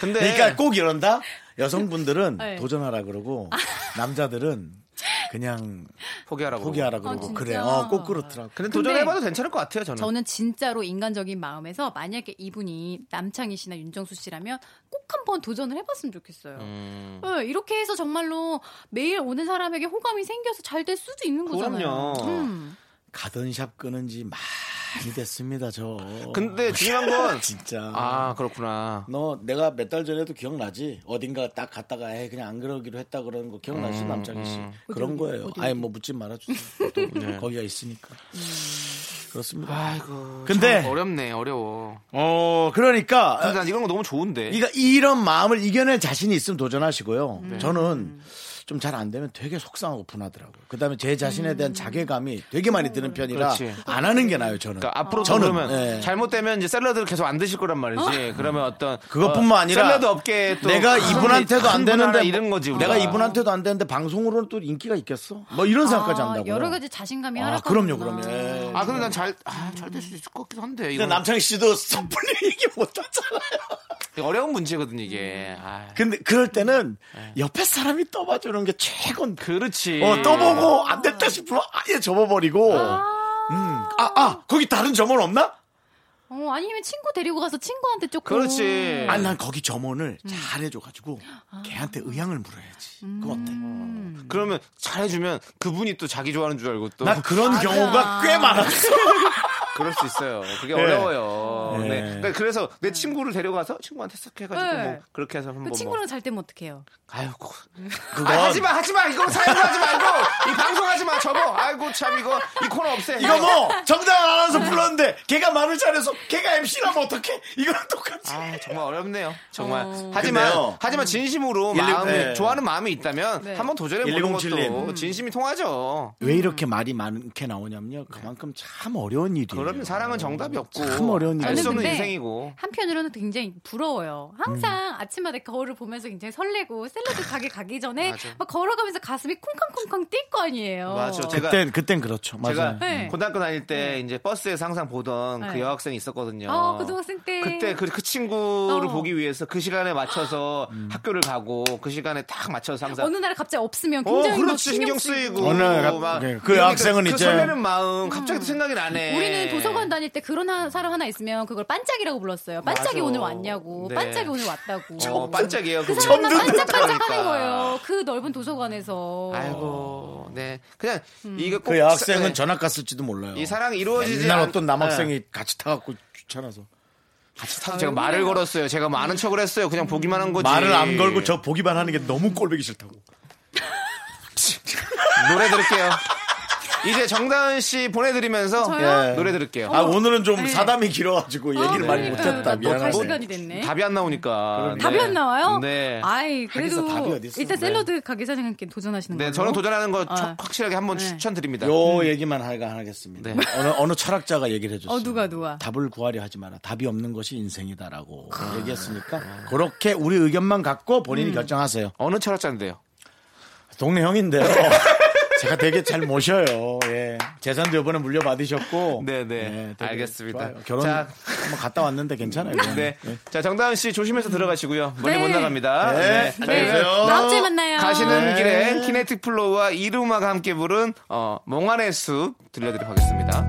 Speaker 2: 근데
Speaker 1: 그러니까 꼭 이런다? 여성분들은
Speaker 8: 네.
Speaker 1: 도전하라 그러고 남자들은 그냥
Speaker 2: 포기하라고.
Speaker 1: 포기하라
Speaker 8: 아,
Speaker 1: 그러고
Speaker 8: 진짜?
Speaker 1: 그래. 어, 꼭 그렇더라고.
Speaker 2: 근데
Speaker 8: 근데
Speaker 2: 도전해봐도 괜찮을 것 같아요. 저는.
Speaker 8: 저는 진짜로 인간적인 마음에서 만약에 이분이 남창희 씨나 윤정수 씨라면 꼭 한번 도전을 해봤으면 좋겠어요.
Speaker 2: 음.
Speaker 8: 네, 이렇게 해서 정말로 매일 오는 사람에게 호감이 생겨서 잘 될 수도 있는 거잖아요.
Speaker 2: 그럼요.
Speaker 8: 음.
Speaker 1: 가던 샵 끄는 지 많이 됐습니다, 저. 어.
Speaker 2: 근데 중요한 건
Speaker 1: 진짜.
Speaker 2: 아 그렇구나.
Speaker 1: 너 내가 몇 달 전에도 기억나지? 어딘가 딱 갔다가 에 그냥 안 그러기로 했다 그러는 거 기억나지
Speaker 2: 음,
Speaker 1: 남자기 씨 그런
Speaker 8: 어디,
Speaker 1: 거예요.
Speaker 8: 어디,
Speaker 1: 아예
Speaker 8: 어디?
Speaker 1: 뭐 묻지 말아주세요.
Speaker 2: 네.
Speaker 1: 또 거기가 있으니까
Speaker 8: 음.
Speaker 1: 그렇습니다.
Speaker 2: 아이고.
Speaker 1: 근데-
Speaker 2: 참 어렵네 어려워.
Speaker 1: 어 그러니까
Speaker 2: 근데 난 이런 거 너무 좋은데.
Speaker 1: 이가 이런 마음을 이겨낼 자신이 있으면 도전하시고요.
Speaker 2: 네.
Speaker 1: 저는 좀 잘 안 되면 되게 속상하고 분하더라고요. 그다음에 제 자신에 대한 자괴감이 되게 많이 드는 편이라
Speaker 2: 그렇지.
Speaker 1: 안 하는 게 나아요. 저는.
Speaker 2: 그러니까 앞으로
Speaker 1: 어. 저는,
Speaker 2: 그러면
Speaker 1: 예.
Speaker 2: 잘못되면 이제 샐러드를 계속 안 드실 거란 말이지. 그러면 어떤
Speaker 1: 그것뿐만 아니라
Speaker 2: 샐러드 업계 또
Speaker 1: 내가
Speaker 2: 큰
Speaker 1: 이분한테도
Speaker 2: 큰
Speaker 1: 안
Speaker 2: 분 하나
Speaker 1: 되는데 뭐
Speaker 2: 잃은 거지. 우리가.
Speaker 1: 내가 이분한테도 안 되는데 방송으로는 또 인기가 있겠어? 뭐 이런 생각까지
Speaker 8: 아,
Speaker 1: 한다고요.
Speaker 8: 여러 가지 자신감이
Speaker 1: 아,
Speaker 8: 하락하는구나.
Speaker 1: 그럼요, 그럼요. 예.
Speaker 2: 아 근데 난 잘 아 잘 될 수 있을 것 같기도 한데.
Speaker 1: 근데
Speaker 2: 이거는.
Speaker 1: 남창희 씨도 섣불리 얘기 못 하잖아요.
Speaker 2: 어려운 문제거든 이게. 아,
Speaker 1: 근데 그럴 때는
Speaker 2: 네.
Speaker 1: 옆에 사람이 떠봐주는 게 최고인
Speaker 2: 그렇지.
Speaker 1: 어, 떠보고 안 됐다 싶으면 아예 접어버리고. 음. 아, 아, 거기 다른 점원 없나?
Speaker 8: 어, 아니면 친구 데리고 가서 친구한테 조금.
Speaker 2: 그렇지.
Speaker 1: 아니, 난 거기 점원을
Speaker 2: 음.
Speaker 1: 잘 해줘가지고
Speaker 2: 아.
Speaker 1: 걔한테 의향을 물어야지. 그건 어때?
Speaker 2: 그러면 잘해주면 그분이 또 자기 좋아하는 줄 알고 또
Speaker 1: 난 그런 경우가 꽤 많았어.
Speaker 2: 그럴 수 있어요. 그게
Speaker 1: 네.
Speaker 2: 어려워요.
Speaker 1: 네.
Speaker 2: 네. 그러니까 그래서 내 친구를 데려가서 친구한테 쓱 해가지고
Speaker 8: 네.
Speaker 2: 뭐 그렇게 해서 한번
Speaker 8: 그
Speaker 2: 뭐
Speaker 8: 친구랑 잘 때면 어떡해요?
Speaker 2: 아유 고-
Speaker 1: 그건
Speaker 2: 아, 하지마 하지마 이거 사용하지 말고 이 방송하지 마 접어. 아이고 참 이거 이 코너 없애.
Speaker 1: 이거 뭐 정당 알아서
Speaker 2: 음.
Speaker 1: 불렀는데 걔가 말을 잘해서 걔가 MC라면 어떡해? 이거랑 똑같지.
Speaker 2: 아, 정말 어렵네요. 정말.
Speaker 8: 어.
Speaker 2: 하지만
Speaker 1: 근데요.
Speaker 2: 하지만 진심으로
Speaker 1: 일일-
Speaker 2: 마음이
Speaker 1: 네.
Speaker 2: 좋아하는 마음이 있다면
Speaker 8: 네.
Speaker 2: 한번 도전해 보는
Speaker 1: 1077
Speaker 2: 것도 진심이 통하죠.
Speaker 1: 왜 이렇게 말이 많게 나오냐면요. 그만큼 참 어려운 일이에요.
Speaker 2: 네. 그러면 사랑은 정답이 없고
Speaker 1: 음. 참 어려운
Speaker 2: 알 수
Speaker 8: 저는
Speaker 2: 없는
Speaker 8: 근데
Speaker 2: 인생이고.
Speaker 8: 한편으로는 굉장히 부러워요.
Speaker 1: 음.
Speaker 8: 항상 아침마다 거울을 보면서 굉장히 설레고 샐러드 가게 가기 전에
Speaker 2: 맞아.
Speaker 8: 막 걸어가면서 가슴이 쿵쾅쿵쾅 뛸 거 아니에요.
Speaker 2: 맞아. 제가
Speaker 1: 그땐 그땐 그렇죠.
Speaker 2: 제가
Speaker 1: 맞아요.
Speaker 8: 네.
Speaker 2: 고등학교 다닐 때 이제 버스에서 항상 보던
Speaker 8: 네.
Speaker 2: 그 여학생이 있었거든요.
Speaker 8: 어, 고등학생 때.
Speaker 2: 그때 그, 그 친구를
Speaker 8: 어.
Speaker 2: 보기 위해서 그 시간에 맞춰서
Speaker 1: 음.
Speaker 2: 학교를 가고 그 시간에 딱 맞춰서 항상
Speaker 8: 어느 날 갑자기 없으면
Speaker 2: 어,
Speaker 8: 굉장히 막
Speaker 2: 그렇지 신경 쓰이고
Speaker 1: 어느 날 갑-
Speaker 2: 막
Speaker 1: 네, 그
Speaker 2: 그러니까
Speaker 1: 학생은
Speaker 2: 그
Speaker 1: 이제-
Speaker 2: 설레는 마음 갑자기 또 생각이 나네.
Speaker 8: 우리는 도서관 다닐 때 그런 하- 사람 하나 있으면 그걸 반짝이라고 불렀어요. 반짝이
Speaker 2: 맞아.
Speaker 8: 오늘 왔냐고.
Speaker 2: 네.
Speaker 8: 반짝이 오늘 왔다고.
Speaker 2: 어, 반짝이에요.
Speaker 8: 그
Speaker 2: 그거.
Speaker 8: 사람만
Speaker 1: 처음 듣는
Speaker 8: 반짝반짝 하는
Speaker 2: 거니까.
Speaker 8: 거예요. 그 넓은 도서관에서.
Speaker 2: 아이고, 네. 그냥
Speaker 8: 음.
Speaker 2: 이거 꼭
Speaker 1: 그 여학생은
Speaker 2: 사- 네.
Speaker 1: 전학 갔을지도 몰라요.
Speaker 2: 이 사랑이 이루어지지
Speaker 1: 옛날
Speaker 2: 않- 네.
Speaker 1: 어떤 남학생이 같이 타갖고 귀찮아서
Speaker 2: 같이 타서 제가
Speaker 8: 음.
Speaker 2: 말을 걸었어요. 제가 많은 척을 했어요. 그냥 보기만 한 거지.
Speaker 1: 말을
Speaker 2: 네.
Speaker 1: 안 걸고 저 보기만 하는 게 너무 꼴보기 싫다고.
Speaker 2: 노래 들을게요. 이제 정다은 씨 보내드리면서
Speaker 8: 저요?
Speaker 1: 예.
Speaker 2: 노래 들을게요.
Speaker 1: 아 오늘은 좀
Speaker 8: 네.
Speaker 1: 사담이 길어가지고 얘기를
Speaker 2: 네.
Speaker 1: 많이 못했다
Speaker 8: 그러니까 뭐갈
Speaker 1: 미안하네.
Speaker 8: 시간이 됐네.
Speaker 2: 답이 안 나오니까. 네.
Speaker 8: 답이 안 나와요?
Speaker 2: 네.
Speaker 8: 아이
Speaker 1: 하겠어,
Speaker 8: 그래도
Speaker 1: 답이 어딨어.
Speaker 8: 일단
Speaker 1: 네.
Speaker 8: 샐러드 가게 사장님께 도전하시는
Speaker 2: 네,
Speaker 8: 거예요.
Speaker 2: 저는 도전하는 거
Speaker 8: 아.
Speaker 2: 확- 확실하게 한번
Speaker 8: 네.
Speaker 2: 추천드립니다.
Speaker 1: 요 얘기만 하가 하겠습니다.
Speaker 2: 네.
Speaker 1: 어느 어느 철학자가 얘기를 해줬어요.
Speaker 8: 어, 누가, 누가?
Speaker 1: 답을 구하려 하지 마라. 답이 없는 것이 인생이다라고 얘기했으니까 그렇게 우리 의견만 갖고
Speaker 2: 음.
Speaker 1: 본인이 결정하세요.
Speaker 2: 어느 철학자인데요?
Speaker 1: 동네 형인데요. 제가 되게 잘 모셔요. 예. 재산도 이번에 물려받으셨고. 예,
Speaker 2: 네, 네.
Speaker 1: 되게
Speaker 2: 알겠습니다.
Speaker 1: 좋아요. 결혼
Speaker 2: 자.
Speaker 1: 한번 갔다 왔는데 괜찮아요.
Speaker 2: 네. 자, 정다은 씨 조심해서 들어가시고요. 멀리
Speaker 8: 네.
Speaker 2: 못 나갑니다.
Speaker 1: 네.
Speaker 2: 자,
Speaker 1: 안녕히 계세요.
Speaker 8: 다음 주에 만나요.
Speaker 2: 가시는
Speaker 1: 네.
Speaker 2: 길에 키네틱 플로우와 이루마가 함께 부른 어, 몽환의 숲 들려드리도록 하겠습니다.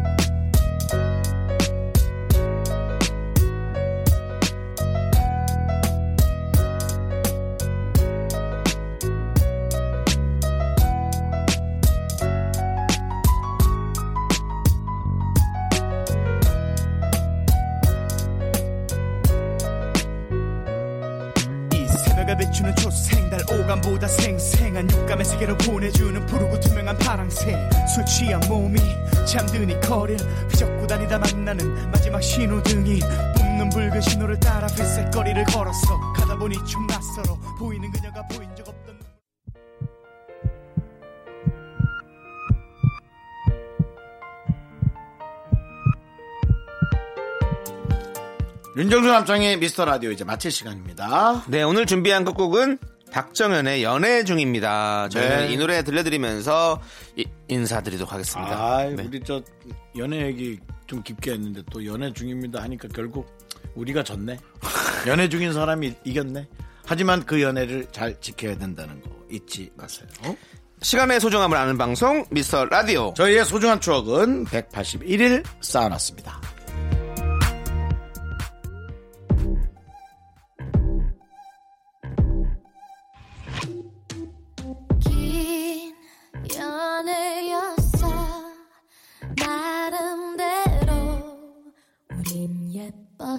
Speaker 7: 이 새벽에 비추는 초생달 오감보다 생생한 육감의 세계로 보내주는 푸르고 투명한 파랑새 술 취한 몸이 잠드니 거리를 휘젓고 다니다 만나는 마지막 신호등이 뿜는 붉은 신호를 따라 회색거리를 걸었어 가다 보니 좀 낯설어 보이는 그녀가 보인 적 없던
Speaker 1: 윤정수 남창의 미스터 라디오 이제 마칠 시간입니다.
Speaker 2: 네, 오늘 준비한 끝곡은 박정현의 연애 중입니다. 저희는
Speaker 1: 네.
Speaker 2: 이 노래 들려드리면서 이- 인사드리도록 하겠습니다. 네.
Speaker 1: 아, 우리 저 연애 얘기 좀 깊게 했는데 또 연애 중입니다 하니까 결국 우리가 졌네. 연애 중인 사람이 이겼네. 하지만 그 연애를 잘 지켜야 된다는 거 잊지 마세요.
Speaker 2: 어? 시간의 소중함을 아는 방송 미스터 라디오.
Speaker 1: 저희의 소중한 추억은 181일 쌓아놨습니다.
Speaker 5: 긴 연애였어 나름대로 우린 예뻤어